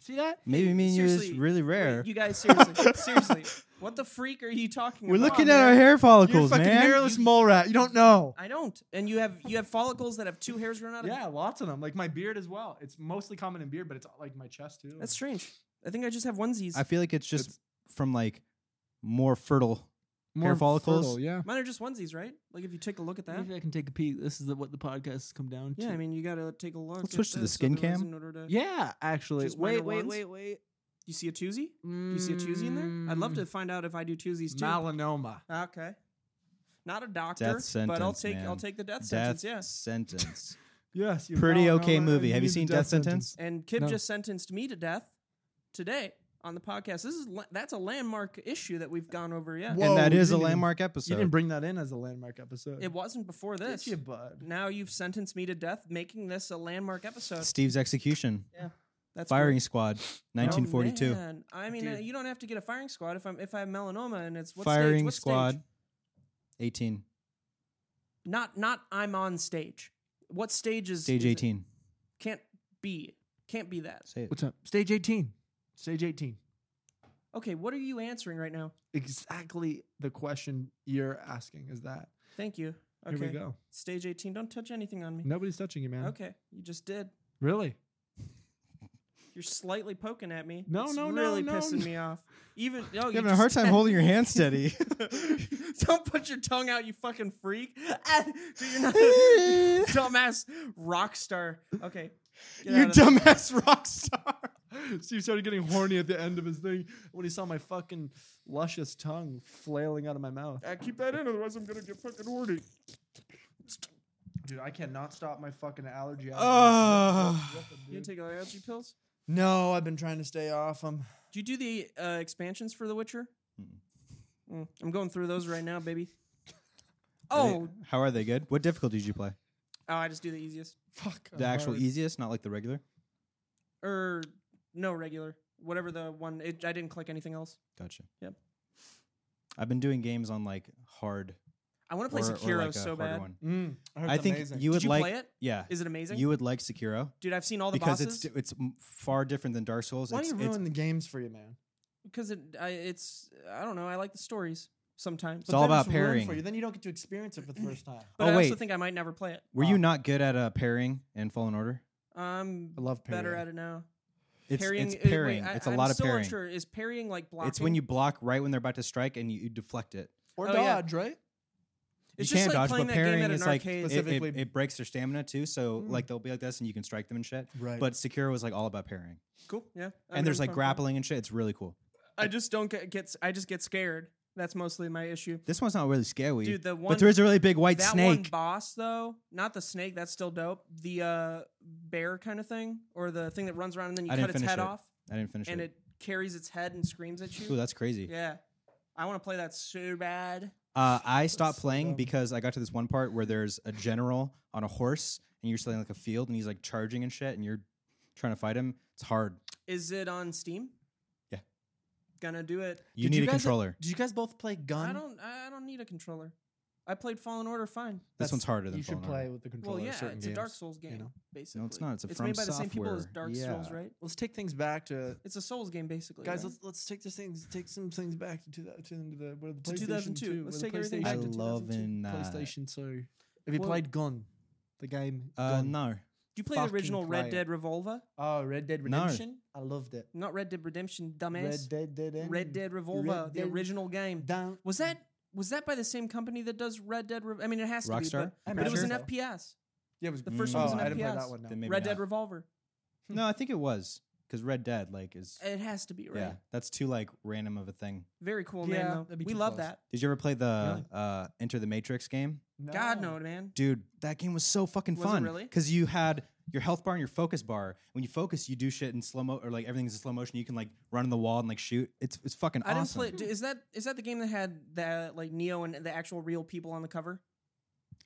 C: See that?
A: Maybe me and you is
B: seriously,
A: really
B: about?
A: rare.
B: Wait, you guys, seriously, seriously, what the freak are you talking
A: We're
B: about?
A: looking
B: man?
A: at our hair
C: You're a
A: follicles,
C: fucking
A: man.
C: hairless mole rat. You don't know.
B: I don't. And you have you have follicles that have two hairs growing out of
C: Yeah, lots of them. Like my beard as well. It's mostly common in beard, but it's uh, like my chest too.
B: That's strange. I think I just have onesies.
A: I feel like it's just from like more fertile. Hair follicles?
C: fertile, yeah.
B: Mine are just onesies, right? Like if you take a look at that.
C: I can take a peek. This is the, what the podcast has come down
B: Yeah, I mean you gotta take a look.
A: Let's
B: at
A: switch to the
B: this,
A: skin
B: otherwise
A: cam.
B: In order to,
C: yeah, actually.
B: Just minor ones?
C: wait.
B: You see a toozy? Do you see a toozy in there? I'd love
C: Mm.
B: to find out if I do twosies too. Ah,
C: Melanoma.
B: okay. Not a doctor,
A: Death
B: but I'll
A: sentence,
B: take I'll
A: man.
B: take the death,
A: Death
B: sentence. Yes.
A: sentence.
C: Yes. you
A: Pretty
C: melanoma,
A: okay movie.
C: you
A: Have you
C: need the
A: seen Death Sentence?
B: And Kip
C: No.
B: just sentenced me to death today on the podcast. This is la- that's a landmark issue that we've gone over yet.
C: Wha- Whoa,
A: and that
C: you
A: is a
C: didn't even-
A: landmark episode.
C: You didn't bring that in as a landmark episode.
B: It wasn't before
C: Did
B: this.
C: you, bud.
B: Now you've sentenced me to death, making this a landmark episode.
A: Steve's execution.
B: That's
A: Firing
B: great.
A: Squad, 1942.
B: Oh, man. I mean, uh,
C: Dude.
B: you don't have to get a firing squad if I'm if I have melanoma and it's what stage?
A: Firing
B: What
A: Squad,
B: Stage?
A: 18.
B: Not not I'm on stage. What stage is
A: Stage
B: is it?
A: 18.
B: Can't be. Can't be that.
A: Say it.
C: What's up? Stage 18. Stage 18.
B: Okay, what are you answering right now?
C: Exactly the question you're asking is that.
B: Thank you. Okay.
C: Here we go.
B: Stage 18. Don't touch anything on me.
C: Nobody's touching you, man.
B: Okay, you just did.
C: Really?
B: You're slightly poking at me.
C: No,
B: it's
C: no, no,
B: really
C: no,
B: pissing
C: no.
B: me off. Even oh, no,
A: You're having a hard time holding your hand steady.
B: Don't put your tongue out, you fucking freak. Ah, Dude, you're not a dumbass rock star. Okay. get
A: you
B: out of there.
A: dumbass rock star.
C: Steve started getting horny at the end of his thing when he saw my fucking luscious tongue flailing out of my mouth.
B: Uh, keep that in, otherwise I'm gonna get fucking horny.
C: Dude, I cannot stop my fucking allergy. Ah.
A: Oh.
B: You take allergy pills?
C: no, I've been trying to stay off them.
B: Do you do the uh, expansions for The Witcher?
A: Mm.
B: Mm, I'm going through those right now, baby. Oh,
A: How are they good? What difficulty did you play?
B: oh, I just do the easiest. Oh,
C: Fuck.
A: The actual easiest, not like the regular?
B: Or Er, no regular, whatever the one. It, I didn't click anything else.
A: Gotcha.
B: Yep.
A: I've been doing games on like hard
B: I want to
A: or,
B: play
A: or
B: Sekiro
A: like a
B: so
A: harder
B: bad.
A: one.
C: Mm,
A: I think you would
B: Did you
A: like
B: play it?
A: yeah.
B: Is it amazing?
A: You would like Sekiro
B: Dude, I've seen all the
A: because it's
B: bosses
A: d- it's m- far different than Dark Souls.
C: Why do
A: it's,
C: you
A: it's-
C: ruin the games for you, man?
B: because it I, it's I don't know. I like the stories sometimes.
A: It's all
C: then
A: about
C: ruined for
A: pairing.
C: you. Then you don't get to experience it for the first time.
B: but
A: oh,
B: I also
A: wait.
B: think I might never play it.
A: were you not good at uh, pairing and Fallen Order?
B: I'm
C: I love pairing.
B: better at it now.
A: It's
B: parrying,
A: it's
B: uh, wait,
A: pairing.
B: I,
A: it's a
B: I'm
A: lot of
B: still
A: pairing.
B: Unsure. Is parrying like blocking?
A: It's when you block right when they're about to strike and you, you deflect it.
C: Or
B: Oh, yeah.
C: dodge, right?
B: It's
A: you
B: just
A: can't
B: like
A: dodge,
B: playing
A: but
B: that game
A: parrying
B: at
A: is
B: an
A: like
B: arcade. Mm.
A: it- it, it,
C: Specifically-
A: breaks their stamina too. So like they'll be like this and you can strike them and shit.
C: Right.
A: But Sekiro is like all about pairing.
B: Cool. Yeah. I'm
A: and there's like
B: having fun with
A: grappling and shit. It's really cool.
B: it. I just don't get, get. I just get scared. That's mostly my issue.
A: This one's not really scary,
B: Dude, the one
A: but there is a really big white
B: that one
A: snake.
B: boss though, not the snake. That's still dope. The uh, bear kind of thing, or the thing that runs around and then you
A: I
B: cut
A: didn't
B: its
A: finish
B: head
A: it.
B: off,
A: I didn't finish
B: and
A: it.
B: it carries its head and screams at you.
A: Ooh, that's crazy.
B: yeah, I want to play that so bad.
A: Uh, I stopped
B: so
A: playing
B: dumb.
A: because I got to this one part where there's a general on a horse, and you're sitting like a field, and he's like charging and shit, and you're trying to fight him. It's hard.
B: Is it on Steam?
A: Yeah.
B: Gonna do it.
A: You
C: Did
A: need
C: you
A: a
C: guys-
A: controller.
C: Did you guys both play Gun?
B: I don't. I don't need a controller. I played Fallen Order fine.
A: this
C: That's-
A: one's harder than
C: You should
A: Fallen Order.
C: play with the controller.
B: Well, yeah,
C: of certain
B: it's a Dark
C: games.
B: Souls game,
C: know?
B: basically.
A: not. It's a
B: it's
A: From
B: made by the same people as
A: Software.
B: Dark Souls,
C: Yeah.
B: right?
C: Let's take things back to
B: It's a Souls game, basically.
C: guys.
B: right?
C: Let's let's take this things take some things back to that to the where the
B: To
C: PlayStation
B: 2002. Let's
C: where the
B: take everything
C: PlayStation-
B: back
A: I
B: to
A: love in that.
C: PlayStation Two. Have you
B: Well-
C: played Gun? The game.
A: Uh,
C: Gun?
A: no,
B: Do you play the
C: fucking
B: original
C: play
B: Red
C: it.
B: Dead Revolver?
C: Oh, Red Dead
A: No.
C: Redemption. I loved it.
B: Not Red Dead Redemption, dumbass.
C: Red
B: Red,
C: Dead Dead End.
B: Dead Revolver,
C: Red
B: the
C: Dead-
B: original game.
C: Down.
B: Was that was that by the same company that does Red Dead? Re- I mean, it has to be,
A: Rockstar.
B: but,
C: I'm
B: but it was
C: sure.
B: an FPS.
C: Yeah, it was
B: The first
A: one was
C: oh,
A: an
C: I didn't play
B: FPS.
C: that one. No.
A: Then maybe
B: Red Dead
A: not.
B: Revolver.
A: no, I think it was because Red Dead like is
B: It has to be right.
A: yeah. That's too like random of a thing.
B: Very cool
C: Yeah,
B: man. Though
C: that'd be
B: we
C: too
B: love
C: close.
B: that.
A: Did you ever play the uh, Enter the Matrix game?
B: God no, man.
A: Dude, that game was so fucking
B: Was it
A: fun.
B: really?
A: Because you had your health bar and your focus bar. When you focus, you do shit in slow mo or like everything's in slow motion. You can like run in the wall and like shoot. It's it's fucking
B: I didn't
A: awesome.
B: play. d- Is that is that the game that had the like Neo and the actual real people on the cover?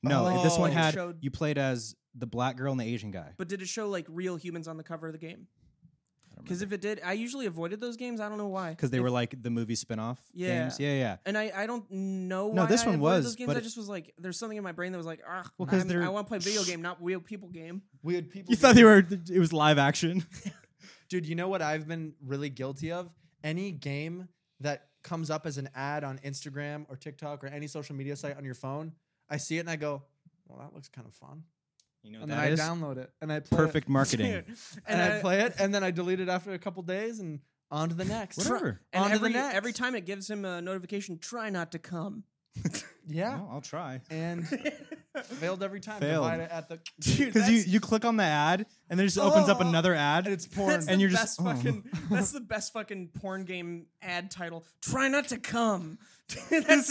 A: No, it- this one
B: Oh.
A: had
B: Showed-
A: you played as the black girl and the Asian guy.
B: But did it show like real humans on the cover of the game?
A: I don't
B: Because if it did, I usually avoided those games. I don't know why.
A: because they were like the movie spin-off
B: Yeah.
A: games. Yeah, yeah.
B: And I, I don't know
A: No,
B: why
A: this
B: I
A: one
B: avoided
A: was,
B: those games.
A: but
B: I
A: it-
B: just was like, there's something in my brain that was like, ah,
A: Well, 'cause
B: I'm-
A: they're-
B: I want to play video game, not real people game.
C: Weird people.
A: You
C: do
A: thought
C: that.
A: they were it was live action.
C: Dude, you know what I've been really guilty of? Any game that comes up as an ad on Instagram or TikTok or any social media site on your phone, I see it and I go, "Well, that looks kind of fun,"
A: You know
C: and then I download it and I play it.
A: perfect marketing.
C: and, I, play it and then I delete it after a couple days and on to the next.
A: Whatever.
B: And
C: On to the
B: every,
C: next.
B: every time it gives him a notification, try not to come.
C: Yeah,
A: Well, I'll try.
C: and failed every time.
A: Failed.
C: Divide it at the
A: Because you, you click on the ad and then it just opens
B: Oh.
A: up another ad.
C: and it's porn.
B: That's
A: And
B: the
A: you're
B: best
A: just- oh.
B: fucking. That's the best fucking porn game ad title. Try not to come. that's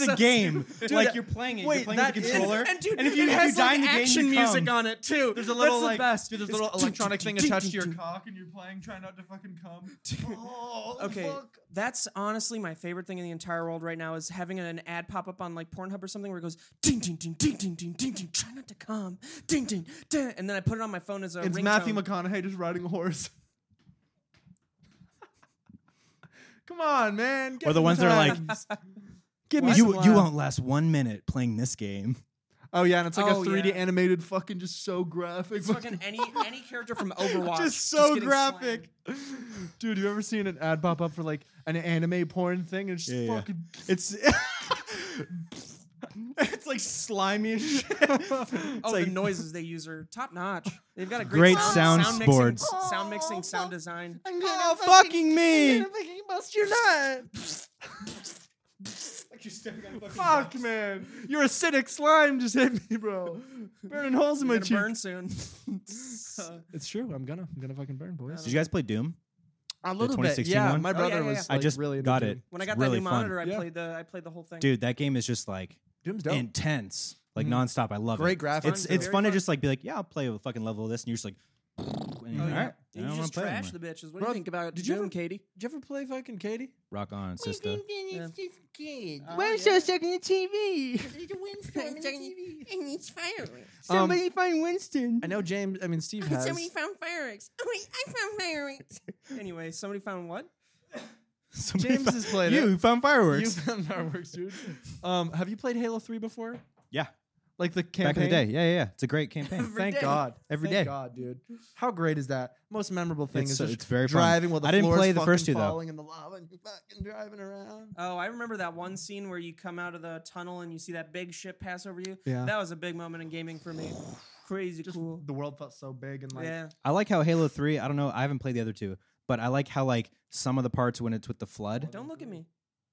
A: it's a game. like you're playing it.
C: wait,
A: you're playing with
C: that
A: the
C: is-
A: controller.
B: And, dude,
A: if you,
B: it
A: if
B: has
A: you die
B: like
A: in the game,
B: action
A: you
B: music
A: come.
B: on it too.
C: There's a little
B: that's
C: like
B: the best.
C: dude, there's a little electronic thing attached to your cock, and you're playing, trying not to fucking come. Oh,
B: Okay,
C: fuck.
B: that's honestly my favorite thing in the entire world right now is having an ad pop up on like Pornhub or something where it goes ding ding ding ding ding ding ding ding. Try not to come. Ding ding ding. And then I put it on my phone as a
C: It's
B: ringtone.
C: Matthew McConaughey just riding a horse. Come on, man. get
A: Or the ones
C: with
A: that are
C: times.
A: like, give
C: me
A: me you,
C: some
A: you
C: laugh.
A: won't last one minute playing this game.
C: oh yeah, and it's like
B: Oh,
C: a 3D
B: yeah.
C: animated fucking, just so graphic,
B: It's fucking any any character from Overwatch.
C: just so
B: getting
C: graphic.
B: slammed.
C: Dude, you ever seen an ad pop up for like an anime porn thing? It's just
A: Yeah, yeah.
C: fucking.
A: It's it's like slimy as shit.
B: Oh,
A: like-
B: the noises they use are top notch. They've got a great,
A: Great
B: sound,
A: sound
B: mixing,
A: boards.
B: sound mixing, sound design.
D: I'm gonna
A: oh,
D: fucking,
A: fucking me.
D: I'm gonna fucking bust your nut.
C: Fuck, man. Your acidic slime just hit me, bro. Burning holes in
B: You're
C: my
B: gonna
C: cheek.
B: burn soon.
C: It's true. I'm gonna. I'm gonna fucking burn, boys.
A: Did you guys play Doom?
C: A little bit.
A: 2016
C: Yeah,
A: one?
C: my
B: Oh, yeah,
C: brother
B: yeah,
C: was.
B: yeah.
A: I
C: like,
A: just
C: really into
A: got
C: Doom.
A: it.
B: When I
A: It's
B: got
A: really
B: that new
A: fun.
B: monitor, I
C: Yeah.
B: played the I played the whole thing.
A: Dude, that game is just like
C: Doom's dope.
A: intense, like
C: Mhm.
A: nonstop. I love
C: Great
A: it. It's
C: graphics. Fun,
A: it's
B: Mm. very
A: fun to
B: fun.
A: just like be like, yeah, I'll play a fucking level of this, and you're just like, and you're
B: Oh,
A: like,
B: yeah.
A: all right, I
B: You
A: don't
B: just
A: wanna play
B: trash the
A: anymore.
B: bitches. What do
C: Bro,
B: you think about
C: did you
B: Doom,
C: ever-
B: Katie?
C: Did you ever play fucking Katie?
A: Rock on,
D: We
A: sister.
D: think then it's just kids.
B: Oh,
D: Why
B: yeah.
D: is there
C: Second TV.
D: a Winston on the TV? And it's fireworks.
A: Oh,
C: Somebody
D: find Winston.
C: I know James. I mean Steve has.
D: Somebody found fireworks. Oh wait, I found fireworks.
B: Anyway, somebody found what?
A: Somebody
C: James
A: found-
C: has played
A: You found
C: You
A: fireworks.
C: found fireworks, dude. Um, have you played Halo Three before?
A: yeah,
C: Like the campaign.
A: back in the day. Yeah, yeah, yeah. It's a great campaign.
B: Every
C: Thank
B: day.
C: God.
A: Every
C: Every
A: day.
C: day, God, dude. How great is that? Most memorable thing
A: It's
C: is
A: so-
C: just
A: it's very fun.
C: driving while the
A: I didn't
C: floor is
A: play the
C: fucking
A: first two, though.
C: falling in the lava and you're fucking driving around.
B: Oh, I remember that one scene where you come out of the tunnel and you see that big ship pass over you.
C: Yeah.
B: That was a big moment in gaming for me. Crazy
C: Just
B: cool.
C: the world felt so big and like
B: yeah.
A: I like how Halo Three. I don't know. I haven't played the other two, but I like how like some of the parts when it's with the flood,
B: Don't look at me.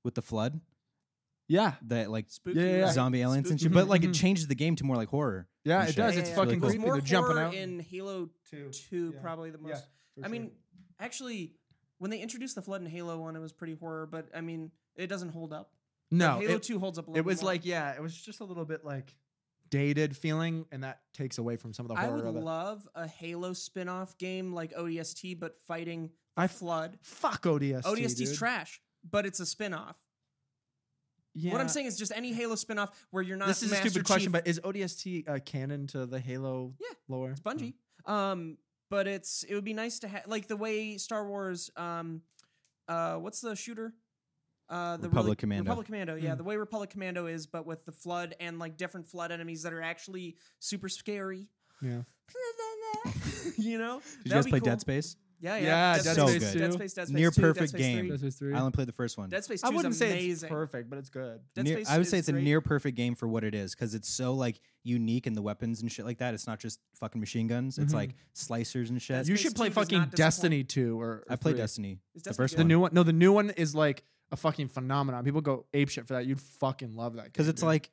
A: with the flood,
C: yeah,
A: that like
B: Spooky.
C: Yeah, yeah, yeah.
B: right?
A: zombie aliens and shit.
C: Spooky.
A: But like
B: Mm-hmm.
A: it
C: Mhm.
A: changes the game to more like horror.
C: yeah,
A: and
C: it
A: shit.
C: does.
B: Yeah,
C: It's
B: yeah,
C: fucking
A: Really
B: There's
A: cool.
C: creepy.
B: more
C: They're jumping
B: horror
C: out.
B: in Halo
C: Two.
B: 2
C: Yeah.
B: probably the most.
C: Yeah,
B: I mean, actually, when they introduced the flood in Halo One, it was pretty horror, but I mean, it doesn't hold up.
C: No,
B: Halo
C: it,
B: Two holds up. a little
C: it was
B: more.
C: like yeah, it was just a little bit like dated feeling, and that takes away from some of the
B: I
C: horror
B: would
C: of it.
B: love a Halo spin-off game like ODST, but fighting
C: I f-
B: Flood.
C: Fuck ODST.
B: ODST's
C: dude.
B: trash, but it's a spin-off.
C: Yeah.
B: What I'm saying is just any Halo spin-off where you're not.
C: this is
B: Master
C: a stupid question,
B: Chief.
C: but is ODST uh, canon to the Halo
B: Yeah,
C: lore?
B: It's Bungie. Um, but it's it would be nice to have like the way Star Wars. Um, uh, what's the shooter? Uh, the
A: Republic Commando.
B: Republic Commando. Yeah, the way Republic Commando is, but with the flood and like different flood enemies that are actually super scary.
C: Yeah.
B: you know.
A: Did
B: That'd
A: you guys
B: be
A: play
B: cool.
A: Dead Space?
B: Yeah, yeah.
C: Yeah,
A: Dead Space
B: Dead
A: 2.
B: Dead Space, Dead Space
A: Near
B: 2, Dead
A: perfect
B: Space
A: game.
B: 3.
A: Dead
C: Space three.
A: I only played the first one.
B: Dead Space 2
C: I wouldn't
B: is
C: say
B: amazing.
C: it's perfect, but it's good.
B: Dead
A: Near-
B: Space
A: I would
B: 2
A: say
B: is
A: it's a
B: great.
A: near perfect game for what it is because it's so like unique in the weapons and shit like that. It's not just fucking machine guns. It's
B: Mm-hmm.
C: Mhm.
A: like slicers and shit.
B: That's
C: you
B: Space
C: should play
B: 2 does not
C: fucking
B: disappoint.
C: Destiny two or, or
A: I played
C: three.
A: Destiny.
B: Is
A: The
B: Destiny
A: first
B: good?
C: The
A: one.
C: new one, no, the new one is like a fucking phenomenon. People go apeshit for that. You'd fucking love that
A: because
C: game,
A: it's
C: dude.
A: like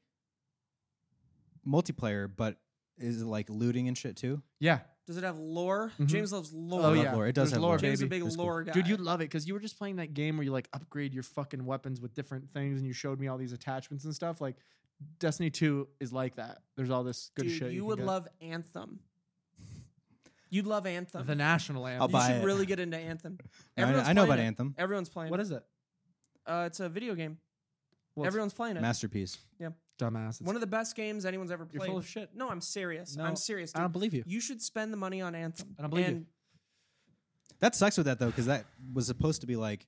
A: multiplayer, but is it like looting and shit too?
C: yeah,
B: Does it have lore?
C: Mhm.
B: James loves lore.
C: Oh,
A: I love
C: yeah.
A: lore. It does
C: There's
A: have
C: lore,
A: lore.
B: James is a
C: baby.
B: big
A: That's cool.
B: lore guy.
C: dude, you'd love it because you were just playing that game where you like upgrade your fucking weapons with different things, and you showed me all these attachments and stuff. Like Destiny two is like that. There's all this good
B: Dude,
C: shit.
B: You
C: can
B: would
C: get.
B: love Anthem. You'd love Anthem.
C: the national anthem.
A: I'll
B: you
A: buy
B: should
A: it.
B: really get into Anthem.
A: No, I know-
B: Everyone's
A: I know
B: playing
A: about
B: it.
A: Anthem.
B: Everyone's playing.
C: What
B: What is?
C: is it?
B: Uh, it's a video game.
C: Well, it's
B: Everyone's playing it.
A: Masterpiece.
C: dumbass. It's-
B: One of the best games anyone's ever played.
C: You're full of shit.
B: No, I'm serious.
C: No,
B: I'm serious.
C: I
B: dude.
C: don't believe you.
B: You should spend the money on Anthem.
C: I don't believe you.
B: And
A: That sucks with that though, because that was supposed to be like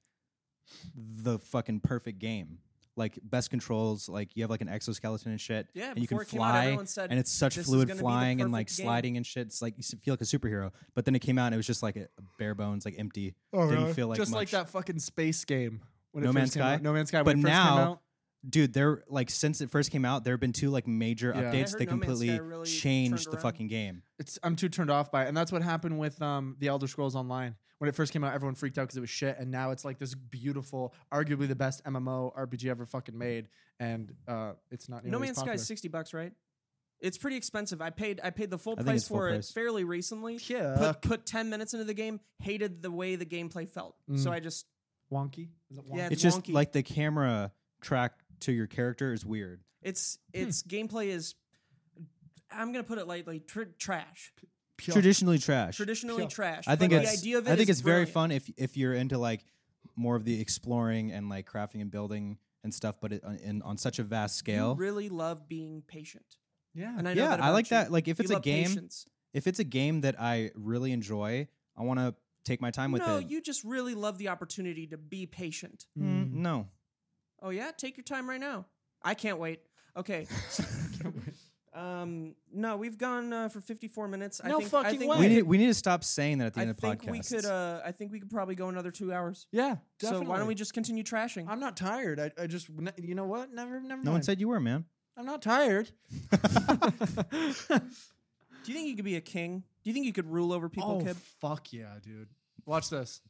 A: the fucking perfect game. Like best controls, like you have like an exoskeleton and shit,
B: Yeah,
A: and you can
B: before it came out,
A: fly,
B: everyone said,
A: and it's such
B: "This is
A: fluid
B: gonna be the
A: flying and like
B: perfect game."
A: sliding and shit. It's like you s- feel like a superhero. But then it came out, and it was just like a a bare bones, like empty. Didn't feel like
C: just like
A: much.
C: that fucking space game. When
A: No
C: it first
A: Man's
C: came
A: Sky?
C: out. No Man's Sky.
A: But
C: when it first
A: now-
C: came out,
A: dude there like since it first came out there have been two like major
C: Yeah. I
A: updates
B: heard
A: that
B: No Man's
A: completely
B: Sky really
A: changed
B: turned
A: the
B: around.
A: fucking game
C: it's I'm too turned off by it, and that's what happened with um the Elder Scrolls Online. When it first came out, everyone freaked out because it was shit, and now it's like this beautiful, arguably the best MMO RPG ever fucking made, and uh, it's not.
B: No
C: nearly as
B: Man's Sky
C: popular.
B: is sixty bucks, right? It's pretty expensive. I paid. I paid the full
A: think
B: price
A: it's full
B: for
A: price.
B: it fairly recently.
C: Yeah,
A: Uh,
B: Put, put ten minutes into the game. Hated the way the gameplay felt. So
C: Mm.
B: I just
C: wonky. Is it wonky?
B: Yeah,
A: it's,
B: It's
A: just
B: wonky.
A: like the camera track to your character is weird
B: It's
A: Hmm.
B: it's gameplay is I'm gonna put it lightly tr- trash.
C: Pure-
A: traditionally trash
B: Traditionally
C: Pure.
B: trash.
A: i think
B: but
A: it's
B: the idea of it
A: i think
B: is
A: it's very
B: brilliant.
A: fun if if you're into like more of the exploring and like crafting and building and stuff but it, on, in, on such a vast
B: You
A: scale
B: really love being patient.
C: Yeah.
B: And I know
A: yeah
B: that
A: i
B: about
A: like
B: you.
A: that like if
B: You
A: it's a
B: love
A: game
B: patience.
A: if it's a game that i really enjoy i want to take my time with
B: no,
A: it
B: you just really love the opportunity to be patient.
A: Mm, no
B: Oh yeah, take your time right now. I can't wait. Okay. Um, no, we've gone uh, for 54 minutes. I
C: No
B: think, I
C: fucking
B: think
C: way.
A: we
C: Right.
A: need we need to stop saying that at the
B: I
A: end of
B: think
A: podcasts
B: we could. Uh, I think we could probably go another two hours.
C: yeah. Definitely.
B: So why don't we just continue trashing?
C: I'm not tired. I, I just you know what? Never, never.
A: no one
C: mind.
A: said you were man
C: I'm not tired.
B: Do you think you could be a king? Do you think you could rule over people,
C: oh
B: kid?
C: fuck yeah, dude! Watch this.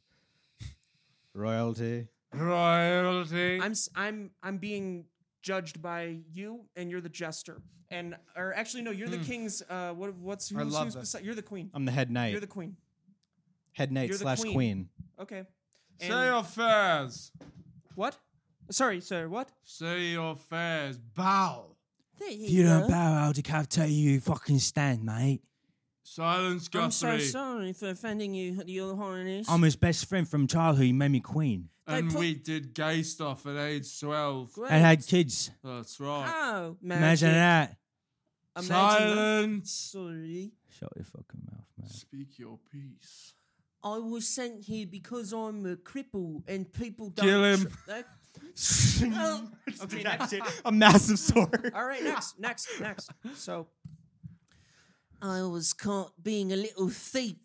A: Royalty.
C: Royalty.
B: I'm s- I'm I'm being judged by you, and you're the jester, and or actually no, you're the king's. Uh, what what's who's,
C: love
B: who's
C: this.
B: beside? You're the queen.
A: I'm the head knight.
B: You're the queen.
A: head knight
B: you're the
A: slash
B: queen.
A: queen.
B: Okay. And
G: Say your fares.
B: what? Sorry, sir. What?
G: Say your fares. Bow.
D: There you,
H: bow out, decapitate you, fucking stand, mate.
G: Silence
B: I'm so
G: Guthrie.
B: sorry for offending you, your holiness.
H: I'm his best friend from childhood. He made me queen.
G: and
B: They put-
G: we did gay stuff at age 12.
B: Great.
H: I had kids.
G: That's right.
B: oh,
H: Imagine that.
B: Imagine that.
G: Silence.
B: Sorry.
H: Shut your fucking mouth, man.
G: Speak your peace.
B: I was sent here because I'm a cripple and people don't.
G: Kill him.
B: tr- that- Oh, okay, next.
A: A massive sword.
B: All right, next, next, next. So
D: I was caught being a little thief.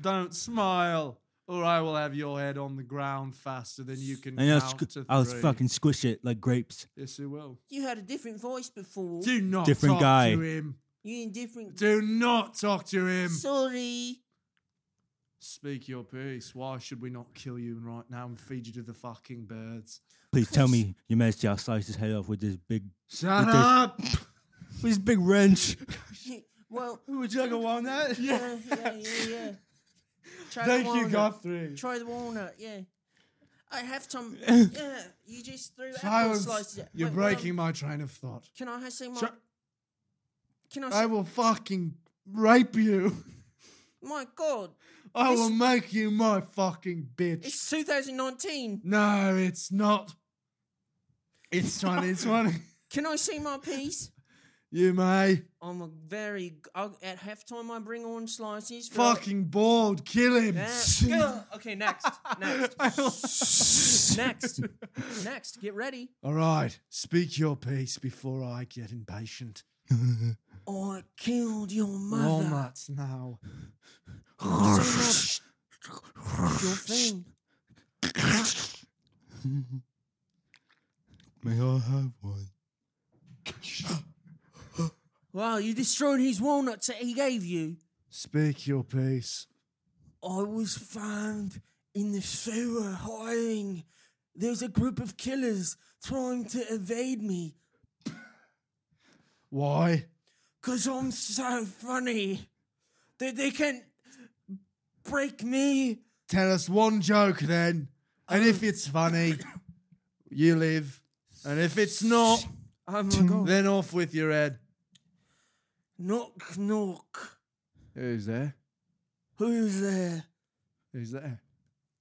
C: Don't smile, or I will have your head on the ground faster than you can
H: And I'll,
C: count
H: squ-
C: to
H: I'll
C: three.
H: fucking squish it like grapes.
C: Yes, it will.
D: You had a different voice before.
C: Do not
H: Different
C: talk
H: guy.
C: to him.
D: You in different.
C: Do not talk to him.
D: Sorry.
C: Speak your peace. Why should we not kill you right now and feed you to the fucking birds?
H: Please tell me, Your Majesty, I'll slice his head off with this big,
C: Shut
H: With this-
C: up!
H: with this big wrench.
D: Well,
C: Would you ever want that?
D: yeah, yeah, yeah, yeah. Try the
C: Thank you,
D: walnut.
C: Guthrie.
D: Try the walnut, yeah. I have some. yeah, you just threw apple
C: Silence.
D: slices. at-
C: You're
D: Wait, well,
C: breaking my train of thought.
D: Can I say my?
C: Shut-
D: Can I say
C: I will fucking rape you.
D: my God?
C: I
D: This-
C: will make you my fucking bitch.
D: It's 2019.
C: No, it's not. It's 2020.
D: Can I say my piece?
C: you may.
D: I'm a very g- I'll, at halftime. I bring on slices. for-
C: Fucking bald. Kill him.
D: Yeah. Go.
B: Okay, next, next, next, next. Get ready.
C: All right. Speak your piece before I get impatient.
D: I killed your mother.
C: Walnuts now.
D: Say my- your thing.
H: May I have one?
D: Wow, you destroyed his walnuts that he gave you.
C: Speak your piece.
D: I was found in the sewer hiding. There's a group of killers trying to evade me.
C: Why?
D: Cause I'm so funny that they can break me.
C: Tell us one joke then. And if it's funny, you live. And if it's not,
D: Oh my god.
C: then off with your head.
D: Knock knock.
C: Who's there?
D: Who's there?
C: Who's there?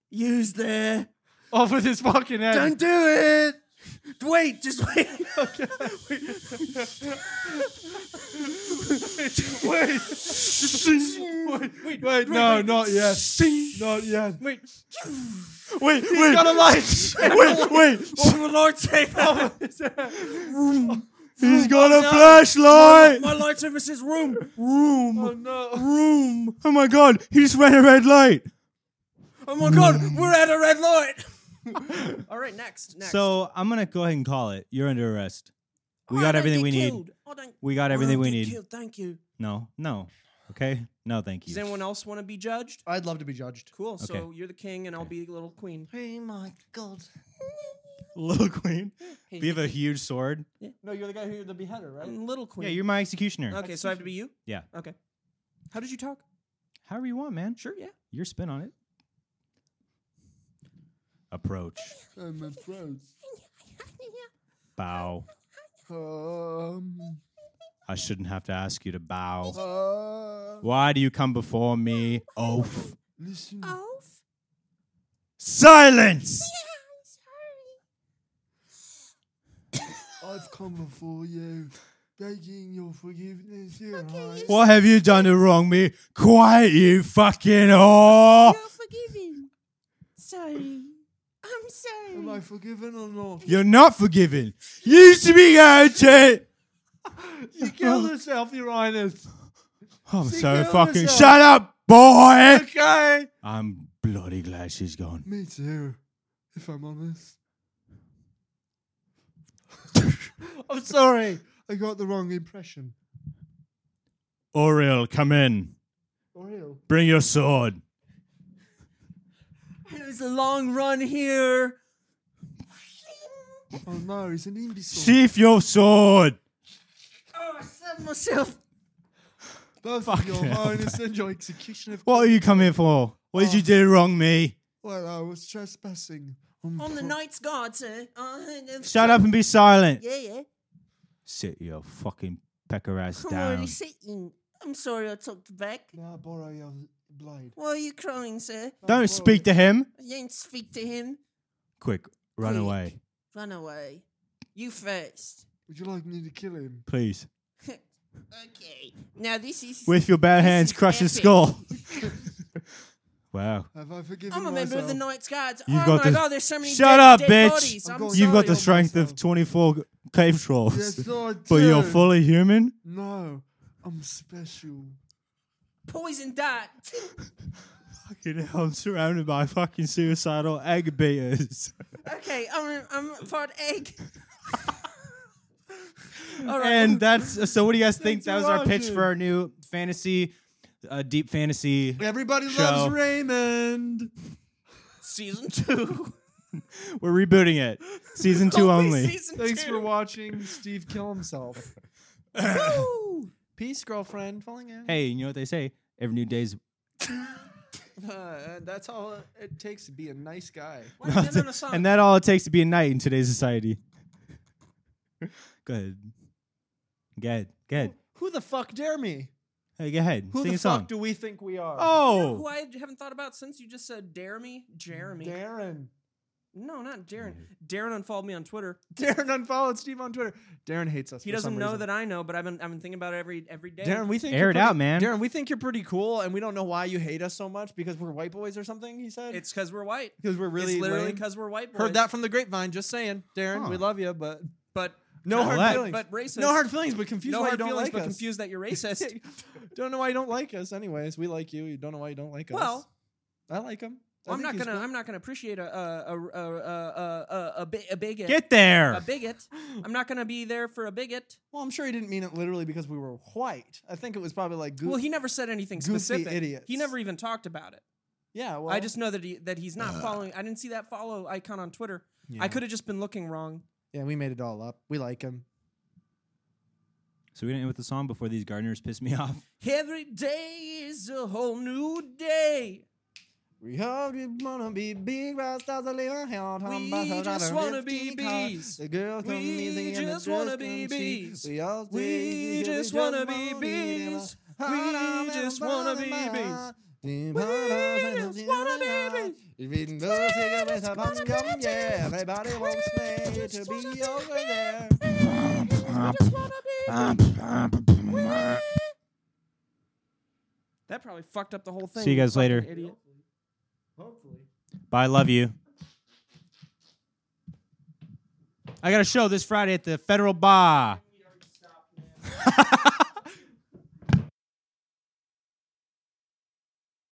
D: You's there.
C: Off with his fucking head.
D: Don't do it. Wait, just wait.
C: wait. wait, wait, no, not yet. Not yet. Wait. Wait, He's wait. got a light. wait, wait.
D: Oh, my lightsaber.
G: Oh,
H: He's got a flashlight!
D: my lightsaber says room.
G: Oh,
H: Room!
C: No.
H: Room! Oh my god, he just ran a red light!
D: Oh my god, we're at a red light.
B: All right, next, next.
A: So I'm gonna go ahead and call it. You're under arrest. We
D: I
A: got
D: don't
A: everything
D: get
A: we need.
D: killed. I don't,
A: We got
D: I
A: everything
D: don't
A: we
D: get
A: need.
D: Killed. Thank you.
A: No, no. Okay? No, thank
B: does
A: you.
B: anyone else want to be judged?
C: I'd love to be judged.
B: Cool. So
A: Okay.
B: you're the king, and I'll be little queen.
D: Oh my god.
A: Little Queen. We have a huge sword.
F: No, you're the guy who the beheader, right?
B: I'm little
A: Yeah,
B: queen.
A: you're my executioner.
B: okay, so I have to be you.
A: Yeah.
B: Okay. How did you talk?
A: However you want, man.
B: Sure. Yeah.
A: Your spin on it. Approach.
G: I'm a pro.
A: Bow.
G: Um,
A: I shouldn't have to ask you to bow.
G: uh,
A: Why do you come before me? Oaf.
G: listen.
D: Oh,
A: Silence!
G: I've come before you, begging your forgiveness. You're right.
A: What have you done to wrong me? Quiet, you fucking whore!
D: you're forgiven. Sorry. I'm sorry.
G: Am I forgiven or not?
A: You're not forgiven. You should be guilty.
C: You killed yourself, Your Highness.
A: I'm
C: She
A: so
C: killed
A: fucking.
C: herself.
A: Shut up, boy.
C: Okay.
A: I'm bloody glad she's gone.
G: Me too, if I'm honest.
C: I'm sorry. I got the wrong impression.
A: Oriel, come in.
C: Oriel.
A: Bring your sword.
D: It was a long run here.
G: Oh no, he's an imbecile.
A: Sheath your sword.
D: Oh, I stabbed myself.
C: Both
A: Fuck
C: of Your
A: hell,
C: Highness and your executioner.
A: What are you coming for? What did you do to wrong me?
G: Well, I was trespassing. On
D: On the Knight's Guard, sir. Uh,
A: Shut up and be silent.
D: Yeah, yeah.
H: Sit your fucking pecker ass
D: Come on,
H: down.
D: he's sitting. I'm sorry I talked back.
G: Now borrow your uh, blade.
D: Why are you crying, sir?
A: Don't speak to him.
D: You didn't speak to him.
H: Quick, run
D: Quick.
H: away.
D: Run away. You first.
G: Would you like me to kill him?
H: Please.
D: Okay. Now this is.
A: With your bare hands,
D: is
A: crush his
D: epic.
A: skull. wow.
G: Have I forgiven
D: I'm a
G: myself?
D: member of the Knights Guards.
H: You've
D: oh
H: got
D: my
H: this-
D: god, there's so many
A: Shut
D: dead,
A: up,
D: dead
A: bitch.
D: bodies. I'm
G: going-
A: You've got the
G: Sorry,
A: strength of
G: Alfonso.
A: 24 cave trolls,
G: Yes, I
A: but you're
G: do.
A: fully human?
G: No, I'm special.
D: poisoned that.
A: Fucking hell, I'm surrounded by fucking suicidal egg beaters.
D: okay, I'm I'm part egg. All right. um,
A: and that's so. What do you guys think? That was our pitch
C: Roger.
A: for our new fantasy, uh, deep fantasy.
C: Everybody
A: Show.
C: loves Raymond.
D: season two.
A: We're rebooting it, season
D: oh,
A: two only.
D: Season
C: Thanks for
D: two.
C: watching Steve kill himself.
D: Woo!
C: Peace, girlfriend. Falling in.
A: Hey, you know what they say? Every new day's
C: and that's all uh, it takes to be a nice guy.
B: Why did that on a song?
A: And that all it takes to be a knight in today's society. go ahead. Go ahead. Go ahead.
C: Who the fuck dare me?
A: Hey, go ahead.
C: Who
A: Sing
C: the
A: a song.
C: fuck do we think we are?
B: who
A: oh.
B: I haven't thought about since you just said dare me, Jeremy.
C: Darren.
B: no, not Darren.
C: Mm-hmm.
B: Darren unfollowed me on Twitter.
C: Darren unfollowed Steve on Twitter. Darren hates us.
B: He
C: for
B: doesn't
C: some
B: know
C: reason.
B: that I know, but I've been I've been thinking about it every every day.
C: Darren, we think
A: Air
C: you're
A: it
C: pretty-
A: out, man.
C: Darren, we think you're pretty cool, and we don't know why you hate us so much because we're white boys or something. He said
B: it's because we're white.
C: because we're really
B: it's literally
C: lame.
B: because we're white. Boys,
C: Heard that from the grapevine. Just saying, Darren, we
A: Huh.
C: love you, but
B: but
C: no hard
A: that-
C: feelings.
B: but racist.
C: no hard feelings, but confused
B: no
C: why you
B: hard
C: don't
B: feelings,
C: like
B: but
C: us.
B: confused that you're racist.
C: don't know why you don't like us. Anyways, we like you. You don't know why you don't like us.
B: well,
C: I like him. I
B: I'm
C: think
B: not
C: he's
B: gonna I'm not gonna appreciate a a a a a a, a, bi- a bigot.
A: Get there.
B: a bigot. I'm not gonna be there for a bigot.
C: Well, I'm sure he didn't mean it literally because we were white. I think it was probably like, goo-
B: Well, he never said anything
C: goofy
B: specific.
C: idiots.
B: He never even talked about it.
C: yeah. Well,
B: I just know that he that he's not following. I didn't see that follow icon on Twitter. I could have just been looking wrong.
C: yeah, we made it all up. We like him.
A: So we didn't end with the song before these gardeners pissed me off.
B: Every day is a whole new day.
C: We all just wanna be big rock stars that live on hell, talking
B: We
C: about how
B: just
C: to
B: wanna
C: lift
B: be
C: the car.
B: bees.
C: The girls come
B: We
C: easy and the
B: just wanna
C: dress
B: be
C: come cheap.
B: bees.
C: We all
B: We
C: think
B: just wanna be bees. We just wanna be bees. We just wanna be
C: If it does take a place, I
B: wanna
C: must
B: be
C: come,
B: bees.
C: yeah. Everybody wants
B: We
C: me to
B: just wanna
C: be
B: be
C: over
B: bees.
C: there.
B: We just wanna be
A: Ah.
B: That probably fucked up the whole thing.
A: See you guys
B: fucking
A: later.
B: Idiot.
A: Bye. Love you. I got a show this Friday at the Federal Bar.